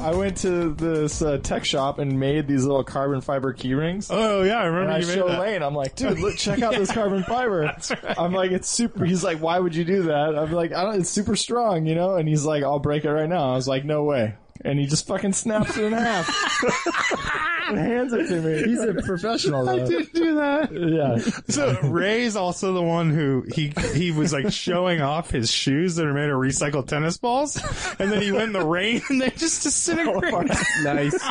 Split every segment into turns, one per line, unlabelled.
I went to this uh, tech shop and made these little carbon fiber key rings.
Oh yeah, I remember
And I
you made
show
that.
Lane, I'm like, dude, look, check out this carbon fiber. I'm like, it's super. He's like, why would you do that? I'm like, I don't. It's super strong, you know. And he's like, I'll break it right now. I was like, no way. And he just fucking snaps it in half and hands it to me.
He's a professional. Though.
did do that. Yeah.
So Ray's also the one who he he was like showing off his shoes that are made of recycled tennis balls, and then he went in the rain and they just disintegrated.
nice.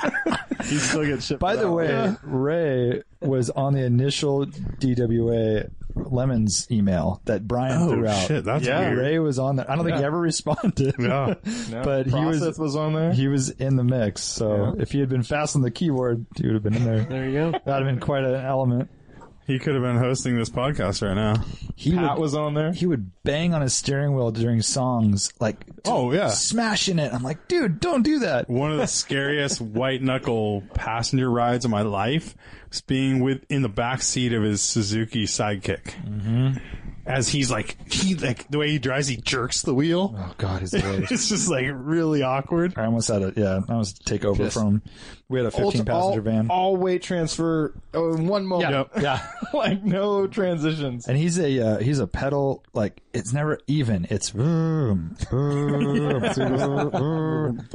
He still gets shit.
By the way, Ray was on the initial DWA Lemons email that Brian threw out.
Oh, that's
Yeah,
weird.
Ray was on there. I don't think he ever responded.
Yeah.
but he Oh. was-
Process was on there.
He was in the mix, so if he had been fast on the keyboard, he would have been in there. That'd
There you go.
have been quite an element.
He could have been hosting this podcast right now.
He
Pat
would,
was on there.
he would bang on his steering wheel during songs, like
Oh, yeah.
smashing it. I'm like, dude, don't do that.
One of the scariest white knuckle passenger rides of my life was being with in the back seat of his Suzuki Sidekick. Mm-hmm. As he's like, he like the way he drives, he jerks the wheel.
Oh God, he's the worst.
It's just like really awkward.
I almost had it. Yeah, I almost take over from. him. We had a 15 passenger van.
all weight transfer oh, in one moment.
Yep.
yeah,
like no transitions.
and he's a uh, he's a pedal. Like it's never even. It's vroom, vroom, vroom, vroom,
Mm.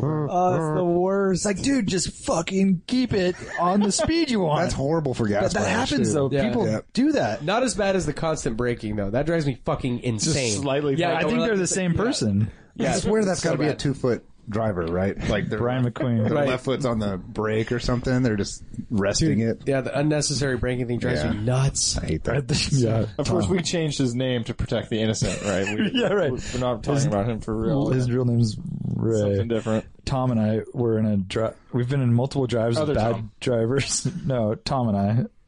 vroom.
Oh, that's
It's
the worst.
like, dude, just fucking keep it on the speed you want.
That's horrible for gas.
But that
mileage,
happens
too.
though.
Yeah.
People
Yeah.
do that.
Not as bad as the constant braking though. That drives me fucking insane.
slightly
Yeah,
faster.
I think they're the same person.
Yeah,
I swear that's
so
got to be a
bad.
two foot driver, right? Like their
Brian McQueen.
their
Right.
left foot's on the brake or something. They're just resting it.
Yeah, the unnecessary braking thing drives
Yeah.
me nuts.
I hate that.
yeah.
Of course, we changed his name to protect the innocent, right? We,
Yeah, right.
We're not talking about him for real.
His real name's Ray.
Something different.
Tom and I were in a dri- we've been in multiple drives
Other
with bad
Tom.
drivers. no, Tom and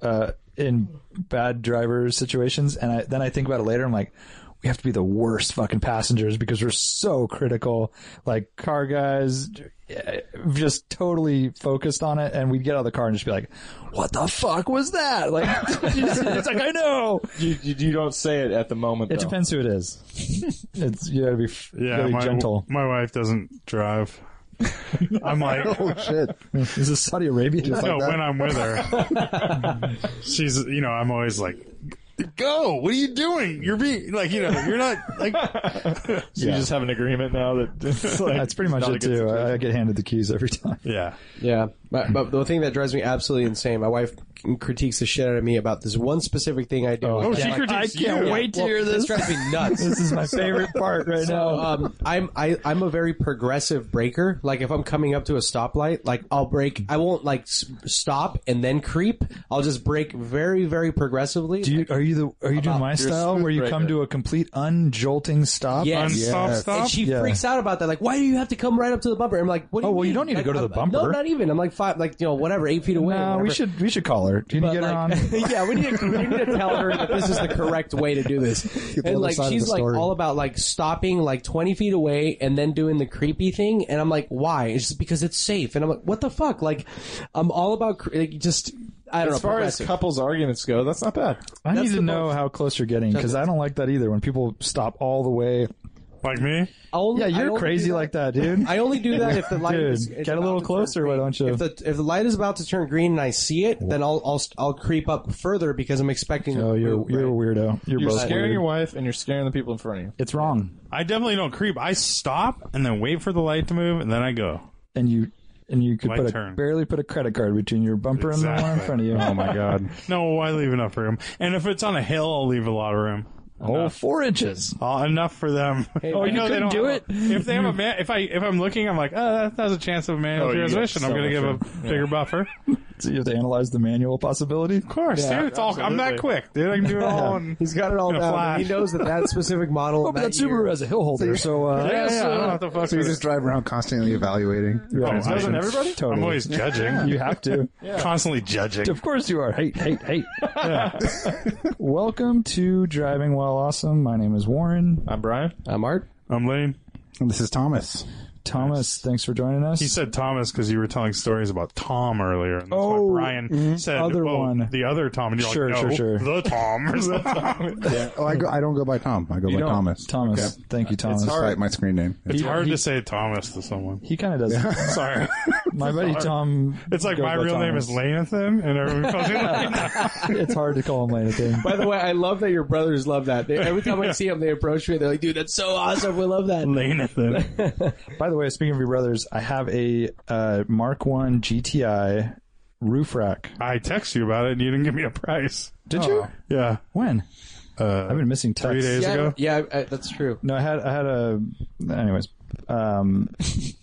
I uh, in bad driver situations, and I then I think about it later. I'm like, we have to be the worst fucking passengers because we're so critical. Like car guys, eh, just totally focused on it, and we'd get out of the car and just be like, "What the fuck was that?" Like it's like I know.
You, you, you don't say it at the moment.
It
though.
depends who it is. It's you gotta be f- you
Yeah,
gotta be
my,
gentle.
my wife doesn't drive. I'm like,
Oh shit!
Is this Saudi Arabia?
no,
that.
when I'm with her, she's, you know, I'm always like, go, what are you doing? You're being, like, you know, you're not, like,
So you just have an agreement now that it's like,
That's pretty much
not a
it
good
too. I, I get handed the keys every time.
yeah.
Yeah, but, but the thing that drives me absolutely insane, my wife critiques the shit out of me about this one specific thing I do.
Oh, she critiques I can't
wait to hear this. This drives me nuts.
This is my favorite part right
So,
now.
um, I'm I, I'm a very progressive breaker. Like if I'm coming up to a stoplight, like I'll break. I won't like s- stop and then creep. I'll just break very very progressively.
Do you, are you the are you doing my style
smooth
where you come
breaker.
to a complete unjolting stop?
Yes.
Unstop, stop.
and she
Yeah.
freaks out about that. Like, why do you have to come right up to the bumper? I'm like, what do
Oh,
you
well, you
mean?
don't need to
Like,
go to the
I'm-
bumper.
No, not even. I'm like five, like you know, whatever, eight feet away.
No,
whatever.
we should we should call her. Can you
But,
get her on?
like- yeah, we need, to, we need to tell her that this is the correct way to do this. And
other
like,
side of
she's
the
like
story.
all about like stopping like 20 feet away and then doing the creepy thing. And I'm like, why? It's just because it's safe. And I'm like, what the fuck? Like, I'm all about cre- like, just, I don't
As
know.
far as
progressive.
couples' arguments go, that's not bad.
I need
that's
to
the
know how close you're getting because I don't like that either. When people stop all the way,
Like me?
I only-
yeah,
I
you're
only
crazy
do that-
like that, dude.
I only do that if the light is,
Dude,
is
get a
about
little
to turn
closer. Why
green.
don't you?
If the if the light is about to turn green and I see it, then I'll I'll I'll creep up further because I'm expecting.
oh,
it to
you're
move,
you're
right?
a weirdo. You're,
You're
both
scaring
weird.
your wife and you're scaring the people in front of you.
It's wrong,
I definitely don't creep. I stop and then wait for the light to move and then I go.
and you and you could
My
put a,
turn.
barely put a credit card between your bumper and the one in
Exactly.
front of you.
Oh my god.
No, I leave enough room. And if it's on a hill, I'll leave a lot of room.
Oh, four inches.
Uh, enough for them.
Oh,
I
you
know they
couldn't
don't
do
have a- if they have a man, if I if I'm looking, I'm like, oh, that has a chance of a manual
Oh, you got
transmission. I'm
so
going to
much
give a
room.
bigger buffer.
So you have to analyze the manual possibility.
Of course, dude. It's all. I'm that
absolutely.
quick, dude. I can do it all. in-
He's got it all
In a
down.
flash.
He knows that that specific model.
Oh, but that
that year-
Subaru has a hill holder, so uh,
yeah, yeah, I don't have to fuck
So you
with it.
just drive around constantly evaluating.
I-
Doesn't everybody?
totally.
I'm always judging.
you have to.
Constantly judging.
Of course you are. Hate, hate, hate. Welcome to Driving While Awesome. My name is Warren.
I'm Brian.
I'm Art.
I'm lame.
And this is Thomas.
Thomas, thanks for joining us.
He said Thomas because you were telling stories about Tom earlier. And that's
Oh,
why Brian said
other
oh,
one.
the other Tom, and you're
Sure,
like, no,
sure, sure.
the Tom or something.
Oh, I, go, I don't go by Tom. I go by
No,
Thomas.
Thomas. Thank you, Thomas.
It's like my screen name.
It's hard to say Thomas to someone.
He kind of does. it.
Sorry,
My buddy Tom.
it's like
goes
my
by
real name is
Thomas.
Lanathan, and everyone calls me Lanathan.
It's hard to call him Lanathan.
By the way, I love that your brothers love that. They, every time I see them, they approach me. They're like, "Dude, that's so awesome. We love that."
Lanathan.
By the way, speaking of your brothers, I have a uh, Mark One GTI roof rack.
I text you about it, and you didn't give me a price.
Did you?
Yeah,
When?
Oh. uh,
I've been missing texts.
three days
Yeah,
ago.
yeah, I, that's true.
No, I had I had a. Anyways, um,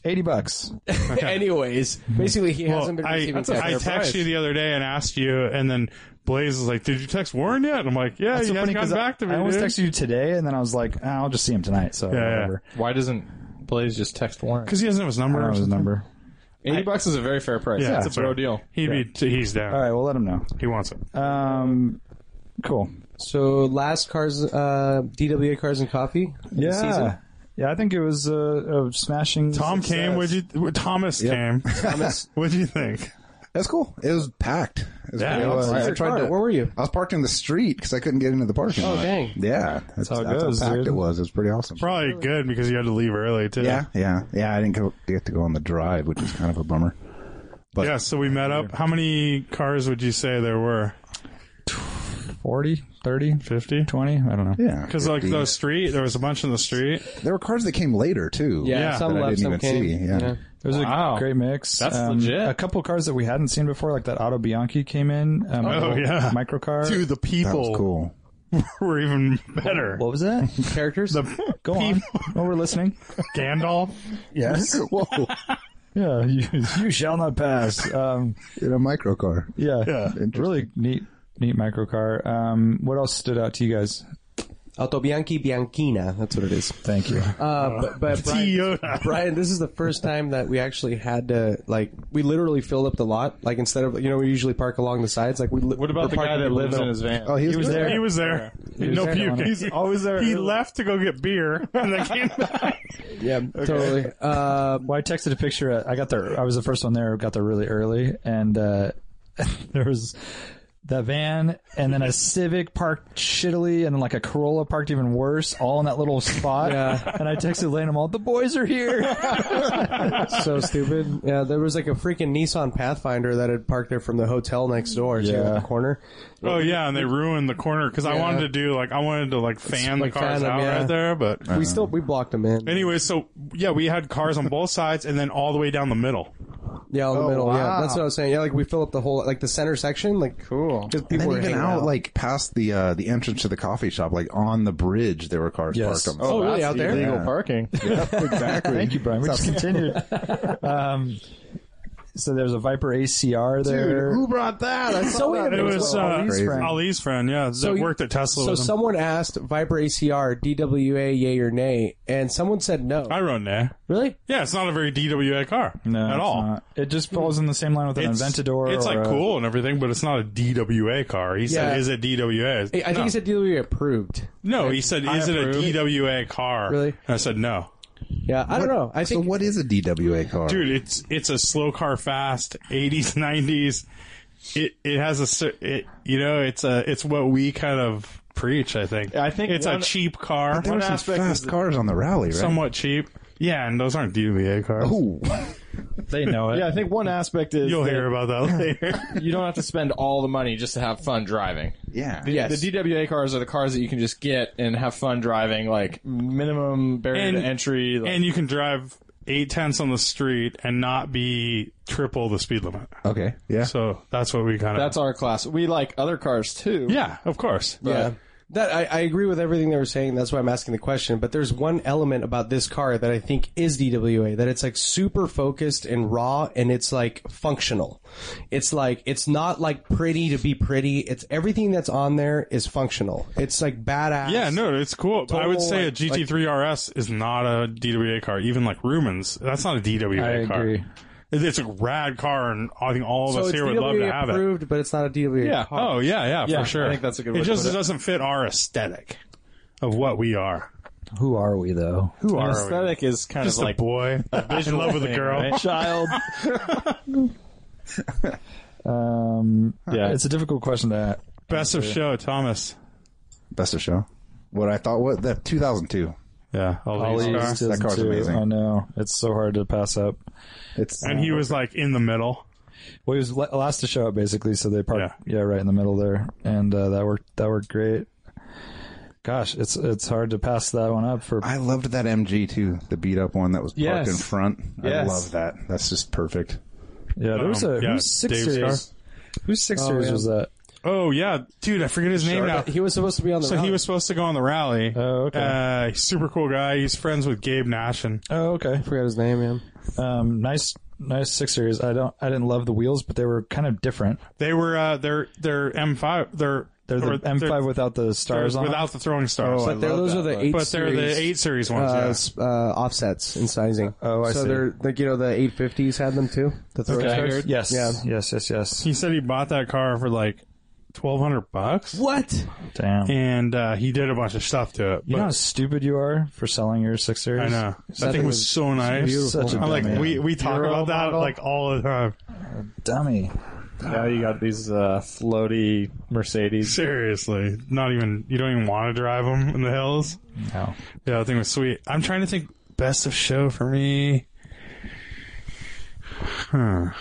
eighty bucks.
Anyways, basically, he
Well,
hasn't been
I,
receiving
I
text.
texted you the other day and asked you, and then Blaze was like, "Did you text Warren yet?" And I'm like, "Yeah,
That's
he
so funny
hasn't
'cause
gotten back to me."
I almost
dude."
texted you today, and then I was like, ah, I'll just see him tonight. So
yeah.
whatever.
Why doesn't Blaze just text Warren?
because he doesn't have his number.
I
or
don't know his
something.
number.
Eighty bucks is a very fair price.
Yeah,
it's a
that's right.
bro deal.
He'd be he's down.
All right, we'll let him know.
He wants it.
Um, cool.
So last cars, uh, DWA cars and coffee. of the
Yeah,
season.
yeah. I think it was uh, a smashing.
Tom
success.
came. Would you? Thomas came. Thomas. What'd you think?
That's cool. It was packed. It was
Yeah,
pretty
it was.
awesome. I, I
Your
tried
car,
to.
Where were you?
I was parked in the street because I couldn't get into the parking
Oh,
lot.
dang.
Yeah, that's,
how it
that's
goes,
how packed
dude.
it was. It was pretty awesome.
Probably good because you had to leave early too.
Yeah, yeah, yeah. I didn't go, get to go on the drive, which is kind of a bummer. But
Yeah. So we met up. How many cars would you say there were?
40, 30,
Fifty.
20? I don't know.
yeah,
Because like the street, there was a bunch in the street.
there were cars that came later too.
Yeah,
Yeah,
some
that I
left,
didn't
some
even
came.
see, yeah.
It was
Wow.
a great mix. Um,
That's legit.
A couple cars that we hadn't seen before, like that Auto Bianchi came in. Um,
Oh, yeah.
micro car.
Dude, the
that was
people
cool.
were even better.
What was that?
Characters.
The
Go on. Well, we're listening.
Gandalf.
Yes. Whoa.
Yeah, you, you shall not pass. Um,
In a micro car.
yeah,
Yeah.
really neat, neat micro car. Um, what else stood out to you guys?
Auto Bianchi Bianchina. That's what it is.
Thank you.
Uh, but, but Brian,
Toyota.
Brian, this is the first time that we actually had to like we literally filled up the lot. Like instead of you know we usually park along the sides. Like we li-
What about
we're
the guy
parking
that
in
lives in
middle.
his van?
Oh, he was, there.
He was there.
was
no
there,
puke.
Dominic.
He's
Always there.
He left to go get beer and then came back.
Yeah, totally. Uh,
Well, I texted a picture. uh, I got there. I was the first one there. Got there really early, and uh, there was the van, and then a Civic parked shittily, and then like a Corolla parked even worse, all in that little spot.
Yeah.
And I texted Lane, "I'm all the boys are here."
so stupid. Yeah, there was like a freaking Nissan Pathfinder that had parked there from the hotel next door too,
Yeah.
at the corner.
Oh yeah, and they ruined the corner because I wanted to do like I wanted to like fan
like,
the cars
fan 'em,
out
yeah.
right there, but
We still we blocked them in.
Anyway, so yeah, we had cars on both sides and then all the way down the middle.
Yeah, in the middle. Yeah,
wow.
that's what I was saying. Yeah, like we fill up the whole like the center section. Like cool. Because
And
people
then
were
even
hanging
out, like past the uh, the entrance to the coffee shop, like on the bridge, there were cars
Yes.
parked on. The
Oh,
side.
really?
out there?
Illegal
Yeah.
parking.
exactly.
Thank you, Brian. We just continued. Um, so there's a Viper ACR there.
Dude, who brought that? I
So
saw that.
weird.
It was uh,
Ali's
Ali's,
friend.
friend. yeah, that
you-
worked at Tesla.
So
with him.
someone asked Viper ACR DWA yay or nay, and someone said no.
I rode there.
Really?
Yeah, it's not a very DWA car
no,
at
it's
all.
not. It just falls in the same line with an
It's-
Aventador.
It's
or
like
a-
cool and everything, but it's not a DWA car. He
Yeah.
said, "Is it DWA?"
I think
no.
he said DWA approved.
no. He said,
I
"Is it a
approve.
DWA car?"
Really?
And I said, "No,
Yeah, I don't know. I
So
think
what is a DWA car?
dude. It's it's a slow car, fast '80s, '90s. It it has a cer- it you know it's a it's what we kind of preach. I think.
I think
it's
one-
a cheap car.
there were some
aspect is
fast
the-
cars on the rally, right?
somewhat cheap. Yeah, and those aren't DWA cars.
Oh,
Ooh.
They know it.
Yeah, I think one aspect is
You'll
that
hear about that later.
you don't have to spend all the money just to have fun driving.
yeah.
yes.
The DWA cars are the cars that you can just get and have fun driving, like minimum barrier
And-
to entry. Like,
and you can drive eight tenths on the street and not be triple the speed limit.
Okay. Yeah.
So that's what we kind of.
that's our class. We like other cars too.
yeah, of course.
but
That I, I agree with everything they were saying. That's why I'm asking the question. But there's one element about this car that I think is DWA that it's like super focused and raw, and it's like functional. It's like it's not like pretty to be pretty. It's everything that's on there is functional. It's like badass.
Yeah, no, it's cool. But I would
Total,
say
like-
a GT3 RS is not a DWA car. Even like Rumens, that's not a DWA
I
car.
agree.
It's it's a rad car, and I think all of
So
us
it's
here would
DWA
love to have it.
approved, but it's not a DWA
Yeah.
car.
Oh, yeah, yeah,
Yeah,
for sure.
I think that's a good way
It
to
just
put it.
doesn't fit our aesthetic of what we are.
Who are we though? Who
An
are we?
aesthetic is kind
Just
of like
a boy in love with a
thing,
girl.
right? child.
Um,
Yeah.
it's a difficult question to ask.
Best of show, Thomas.
Best of show. What I thought was the 2002.
Yeah, Ali's
Ollie's
car.
season
car's
two.
amazing.
I know it's so hard to pass up.
It's
and he was like in the middle.
Well, he was la- last to show up basically, so they parked yeah, right in the middle there, and uh, that worked. That worked great. Gosh, it's it's hard to pass that one up for.
I loved that MG too, the beat up one that was parked
Yes.
in front.
Yes.
I love that. That's just perfect.
yeah, there was a
Um, yeah,
who's six
Dave's
series. Who's six
Oh,
series
yeah.
was that?
Oh yeah, dude, I forget his name now.
But he was supposed to be on the.
So he
rally.
was supposed to go on the rally.
Oh, okay.
Uh, super cool guy. He's friends with Gabe Nash and
Oh, okay.
I forgot his name, man.
Um, nice, nice six series. I don't, I didn't love the wheels, but they were kind of different.
they were uh, they're they're M5 they're
They're the
or
M5 without the
they're
stars on.
without the throwing stars.
Oh,
but
I love
they're,
They're- those
that,
are the
but-
eight.
but they're
series.
the eight series ones.
uh,
yeah.
s- uh, offsets in sizing.
Oh, I
so
see.
they're like you know the 850s had them too. The throwing stars.
Yes.
Yeah.
Yes. Yes. Yes.
He said he bought that car for like twelve hundred bucks,
What?
Damn.
and uh, he did a bunch of stuff to it.
you know how
But
stupid you are for selling your six series.
I know that
That
thing
thing
was
was
so nice.
beautiful. Such a
I'm like
dumb
we
man.
we talk
Euro
about that
model?
like all the time.
Dummy.
now you got these uh, floaty Mercedes.
Seriously, not even you don't even want to drive them in the hills.
No.
Yeah, that thing was sweet. I'm trying to think best of show for me. Huh.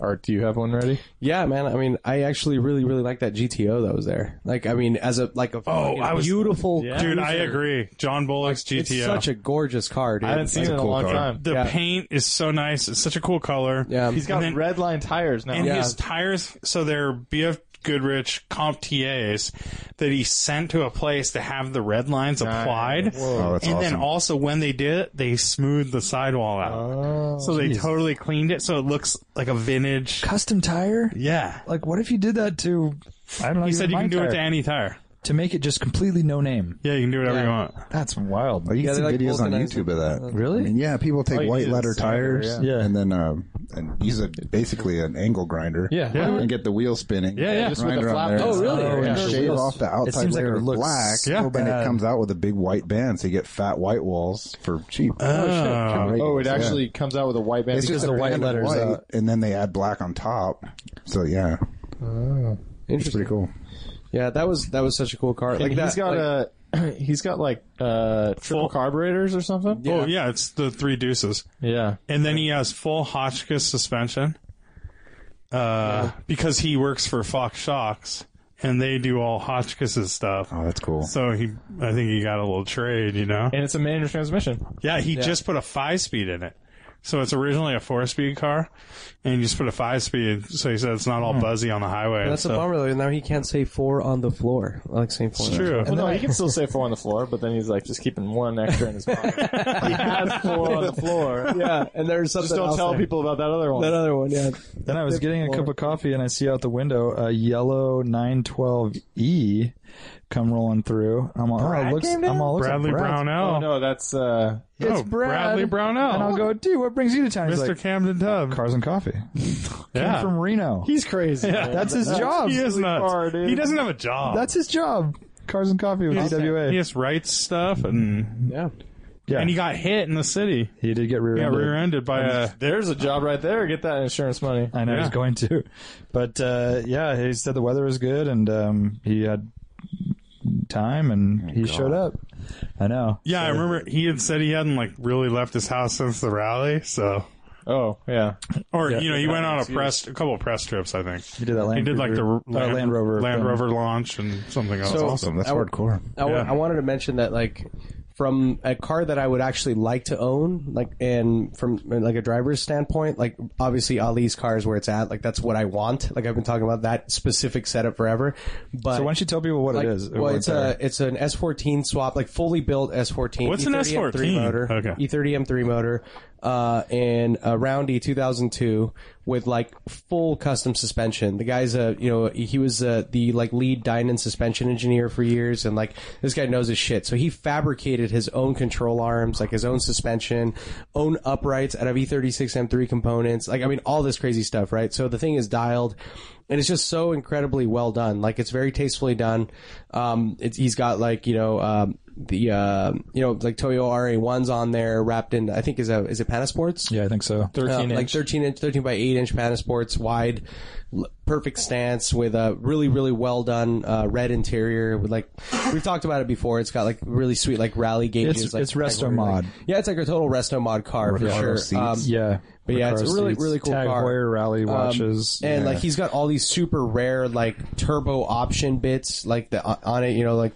Art, do you have one ready?
Yeah, man. I mean, I actually really, really like that GTO that was there. Like, I mean, as a
Oh,
like a fucking
I was-
beautiful
Dude, I agree. John Bullock's GTO.
It's such a gorgeous car, dude.
I haven't seen it in a long
car.
time.
the
yeah.
paint is so nice. It's such a cool color.
Yeah,
He's got
And then-
red line tires now.
And
Yeah.
his tires, so they're BF Goodrich CompTAs that he sent to a place to have the red lines applied.
Oh, that's
and then
awesome.
also when they did it, they smoothed the sidewall out. so they totally cleaned it so it looks like a vintage.
Custom tire.
Yeah.
Like, what if you did that to? I don't know.
He said you can do it to
to,
any tire.
to make it just completely no name.
Yeah, you can do whatever
Yeah.
you want.
That's wild.
Well, you
Yeah,
can see
they, like,
videos on
vulcanized
YouTube of that.
Really?
I mean, yeah, people take
you
white
do the
leather
cider,
tires,
yeah. Yeah.
and then um, and use a basically an angle grinder,
Yeah. Yeah.
and get the wheel spinning,
Yeah, yeah. Just
with
grinder
the
on
flap
there,
Oh,
really?
and
Yeah.
shave
Wheels.
off the
It
outside
seems like
layer
it
of
looks
black,
so
and
bad.
it comes out with a big white band, so you get fat white walls for cheap.
Oh.
Oh, it actually comes out with a white band.
It's
because
just a
they're
white
random.
letters,
white.
and then they add black on top. So yeah, it's
Interesting.
pretty cool.
Yeah, that was that was such a cool car. Like
And
that.
he's got
like,
a he's got like uh triple carburetors or something.
Oh, yeah, it's the three deuces.
Yeah.
And then he has full Hotchkiss suspension. Uh, because he works for Fox Shocks and they do all Hotchkiss's stuff.
Oh, that's cool.
So he, I think he got a little trade, you know?
And it's a manual transmission.
Yeah, he just put a five speed in it. So it's originally a four speed car and he just put a five speed. So he said it's not all
Hmm.
buzzy on the highway.
that's a
so.
bummer though. Now he can't say four on the floor. I like saying four.
It's true.
Well, no, he can still say four on the floor, but then he's like just keeping one extra in his pocket. he has four on the floor.
Yeah, and there's something.
Just don't
else
tell
there.
people about that other one.
that other one. Yeah.
Then I was getting a cup of coffee and I see out the window a yellow 912E come rolling through. I'm all, oh, it looks, I'm all, looks like
Bradley
Brad.
Brownell.
oh no, that's uh
It's
Oh,
Brad.
Bradley Brownell.
And I'll go, dude, what brings you to town? He's
Mr.
like,
Camden Dove.
cars and coffee.
yeah.
I'm from Reno.
he's crazy. man.
That's his job.
he is
really
nuts.
far, dude.
he doesn't have a job.
That's his job. Cars and coffee with E
He
DWA.
just writes stuff and
Yeah.
Yeah.
and he got hit in the city.
He did
He
get
got
rear-ended.
rear-ended by a
There's a job right there. Get that insurance money.
I know
Yeah.
he's going to, but uh, yeah, he said the weather was good and um, he had time
Oh,
and he showed up. I know.
yeah. I remember he had said he hadn't like really left his house since the rally. So
Oh yeah,
or you know he went on a press a couple of press trips. I think
He did that. Land
he did like the
Rover-
r-
uh, Land, Rover,
Land
film.
Rover launch and something else.
So-
Awesome. That's
I would-
hardcore.
I, wa-
Yeah.
I wanted to mention that like from a car that I would actually like to own, like and from like a driver's standpoint, like obviously Ali's car is where it's at. Like that's what I want. Like I've been talking about that specific setup forever. But
So why don't you tell people what
like,
it is?
Well, it's a it's an S14 swap, like fully built S14.
What's an
E30 M3
S14?
motor? E
Okay.
E30 M3 motor, uh, and a Roundy 2002 with like full custom suspension. The guy's a you know he was uh, the like lead Dynan suspension engineer for years, and like this guy knows his shit. So he fabricated his own control arms, like his own suspension, own uprights out of E E36 M3 components. Like I mean, all this crazy stuff, right? So the thing is dialed and it's just so incredibly well done. Like it's very tastefully done. Um, it's, he's got like you know um, the uh, you know like Toyo RA ones on there wrapped in. I think is a is it Panasports?
yeah, I think so.
Uh, like 13 inch, 13 by 8 inch Panasports, wide, l- perfect stance with a really, really well done uh, red interior. With like, we've talked about it before. It's got like really sweet like rally gauges.
It's-
like,
it's resto
like-
mod.
yeah, it's like a total resto mod car for
Recaro
sure. Um,
seats.
Yeah,
But yeah, it's a
Recaro
really,
seats,
really cool
Tag
car. Um,
Heuer rally watches,
and
Yeah.
like he's got all these super rare like turbo option bits like the on it you know like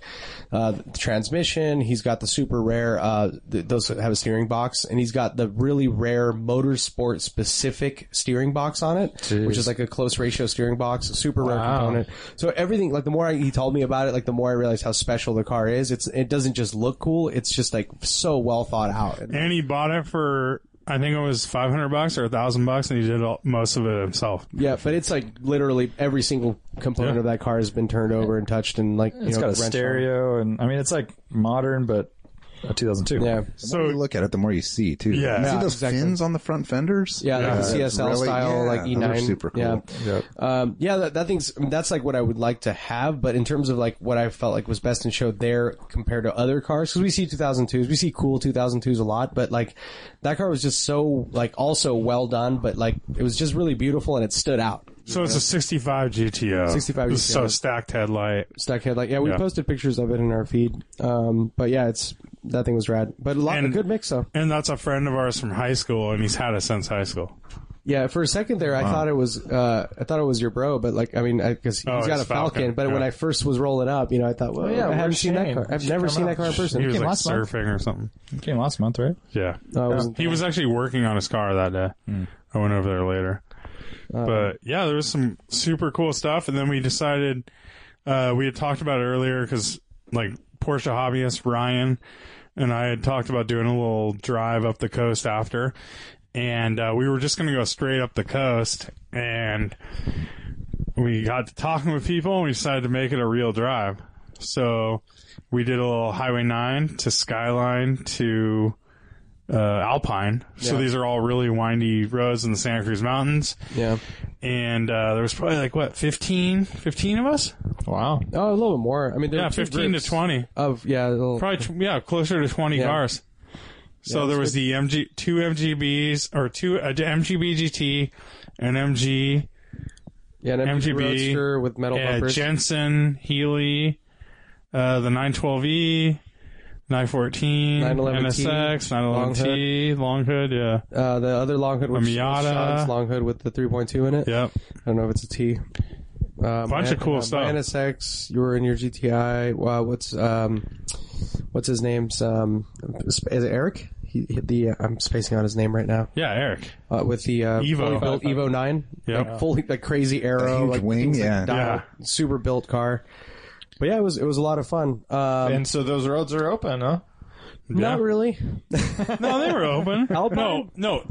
uh the transmission he's got the super rare uh th- those that have a steering box and he's got the really rare motorsport specific steering box on it which is like a close ratio steering box super rare component so everything like the more I, he told me about it like the more i realized how special the car is it's it doesn't just look cool it's just like so well thought out And-
And he bought it for I think it was five hundred bucks or a thousand bucks, and he did all, most of it himself.
Yeah, but it's like literally every single component of that car has been turned over and touched and like you
it's got
know
a
wrenched on.
stereo, and I mean it's like modern, but a 2002.
Yeah,
The more you
So
look at it, the more you see too.
Yeah.
You see
Yeah,
those
exactly.
fins on the front fenders?
yeah, like the
That's
CSL
really-
style,
yeah,
like
those are
E9.
super cool.
Yeah,
Yeah.
um, yeah, that, that thing's I mean, that's like what I would like to have. But in terms of like what I felt like was best in show there compared to other cars, because we see 2002s, we see cool 2002s a lot, but like that car was just so like also well done, but like it was just really beautiful and it stood out.
so it's a sixty five GTO.
65
It's So
GTO.
stacked headlight.
Stuck head like yeah, we
Yeah.
posted pictures of it in our feed. Um, but yeah, it's that thing was rad, but a lot a
And-
good mix though.
And that's a friend of ours from high school, and he's had it since high school.
Yeah, for a second there, I thought it was uh, I thought it was your bro, but like I mean, because he's
Oh, it's
got a Falcon.
Falcon,
But when
yeah. Oh,
I first was rolling up, you know, I thought, well,
yeah,
I haven't
where's
seen that
Shane?
car. I've
She
never
come
seen
out.
that car in person.
He was
Came
like
last month.
surfing or something.
Came last month, right?
Yeah,
No, it wasn't
he was actually working on his car that day. I went over there later. but yeah, there was some super cool stuff, and then we decided uh, we had talked about it earlier because like Porsche hobbyist Ryan and I had talked about doing a little drive up the coast after, and uh, we were just going to go straight up the coast, and we got to talking with people, and we decided to make it a real drive. So we did a little Highway Nine to Skyline to uh, Alpine. So
Yeah.
these are all really windy roads in the Santa Cruz Mountains
Yeah.
and uh, there was probably like what 15 15 of us
Wow.
Oh, a little bit more. I mean, there
yeah
were two
15 to
groups
20
Of yeah, a little-
probably tw- yeah closer to 20
Yeah.
cars so there was the mg two mgbs or two uh, mgb gt and mg
yeah, an MGB
MGB,
Roadster with metal
uh,
bumpers.
jensen healy uh, the E, 912e 914
911T,
nsx 911t long hood yeah
uh, the other long hood with
Miata.
Sean's long hood with the 3.2 in it.
yep
I don't know if it's a T. Um,
Bunch of cool
uh,
stuff.
my NSX, you were in your GTI. Wow, what's um, what's his name's um, is it Eric? He, he- the uh, I'm spacing on his name right now.
yeah eric
Uh, with the uh,
Evo.
fully built Evo nine,
Yeah.
like fully like crazy arrow,
huge
like
wing,
things like
yeah.
dialed, super built car. But yeah, it was it was a lot of fun. Um,
And so those roads are open, huh?
Yeah.
Not really.
no Oh, they were open no no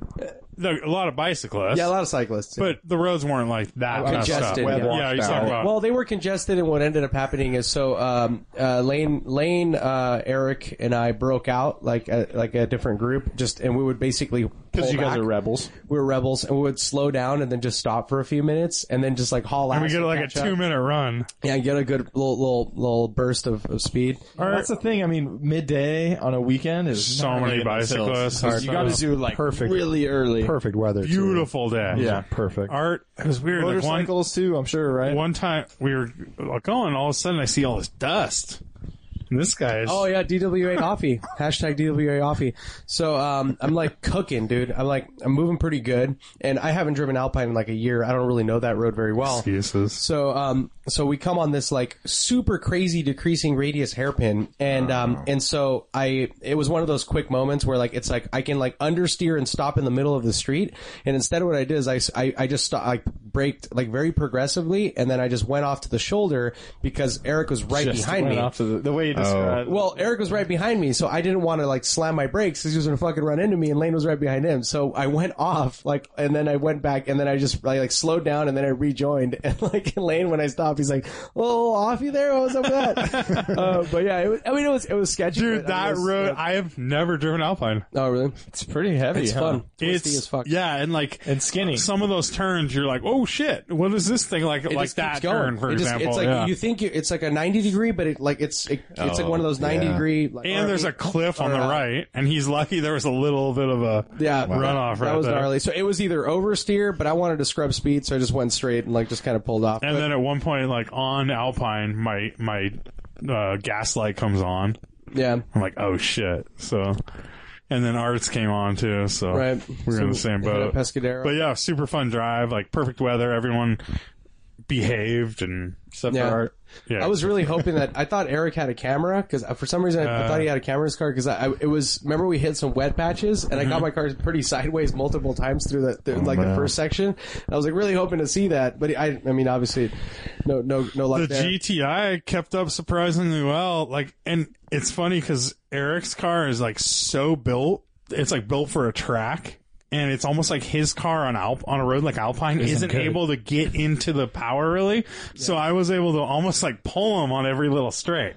There- a lot of bicyclists
Yeah, a lot of cyclists.
But the roads weren't like that messed
Congested,
up.
yeah.
Yeah, he's talking about.
Well, they were congested, and what ended up happening is so um, uh, Lane, Lane, uh, Eric, and I broke out like a, like a different group, just and we would basically
Because
pull
you guys
back.
are rebels.
we were rebels, and we would slow down and then just stop for a few minutes, and then just like haul out.
we get like a two minute run.
yeah, get a good little little, little burst of, of speed.
That's the thing. I mean, midday on a weekend is
So
not
many
even the sales.
bicyclists.
You got to do like
Perfect.
really early.
Perfect weather. too.
Beautiful day.
Yeah.
Perfect.
Art, it was weird. Like one,
Motorcycles too, I'm sure, right?
oh, one time we were going, all of a sudden I see all this dust. This guy is.
Oh yeah, DWA Offie. Hashtag DWA Offie. So um, I'm like cooking, dude. I'm like I'm moving pretty good, and I haven't driven Alpine in like a year. I don't really know that road very well.
Excuses.
So um, so we come on this like super crazy decreasing radius hairpin, and um, and so I it was one of those quick moments where like it's like I can like understeer and stop in the middle of the street, and instead of what I did is I s- I, I just sto- I braked like very progressively, and then I just went off to the shoulder because Eric was right
Just
behind
went
me.
off to the, the way you described.
Well, Eric was right behind me, so I didn't want to like slam my brakes 'cause he was gonna fucking run into me, and Lane was right behind him. So I went off, like, and then I went back, and then I just I, like slowed down, and then I rejoined, and like Lane, when I stopped, he's like, "Oh, off you there? What was up with that?" uh, but yeah, it was, I mean, it was it was sketchy.
Dude,
but, I mean,
that
it was-
road. I have never driven Alpine.
Oh, really?
it's pretty heavy.
It's
huh?
fun. Twisty
it's
as fuck.
yeah, and like
and skinny.
some of those turns, you're like, oh shit, what is this thing like?
It
like
just keeps
that
going.
turn, for
It just-
example.
it's like
yeah. Oh,
you think you, it's like a ninety degree, but it like it's it, it's like one of those ninety
yeah.
degree. Like,
and there's a cliff on the
or, uh,
right, and he's lucky there was a little bit of a
Yeah,
runoff
That,
right
that was
there.
gnarly. So it was either oversteer, but I wanted to scrub speed, so I just went straight and like just kind of pulled off.
And then at one point, like on Alpine, my my uh, gas light comes on.
yeah,
I'm like, oh shit. So, and then Arts came on too. So
Right.
we were in the
So
same
hit up
boat.
Pescadero.
But yeah, super fun drive. Like perfect weather. Everyone behaved and except
Yeah.
for Art. Yeah,
I was really hoping that I thought Eric had a camera because for some reason I, I thought he had a camera in his car because I, I- it was remember we hit some wet patches and I
Mm-hmm.
got my car pretty sideways multiple times through that through, like the first section. And I was like really hoping to see that, but I I mean obviously no no no luck
the
there.
GTI kept up surprisingly well. Like, and it's funny because Eric's car is like so built. It's like built for a track, and it's almost like his car on Alp on a road like Alpine isn't,
good.
able to get into the power really. So I was able to almost like pull him on every little straight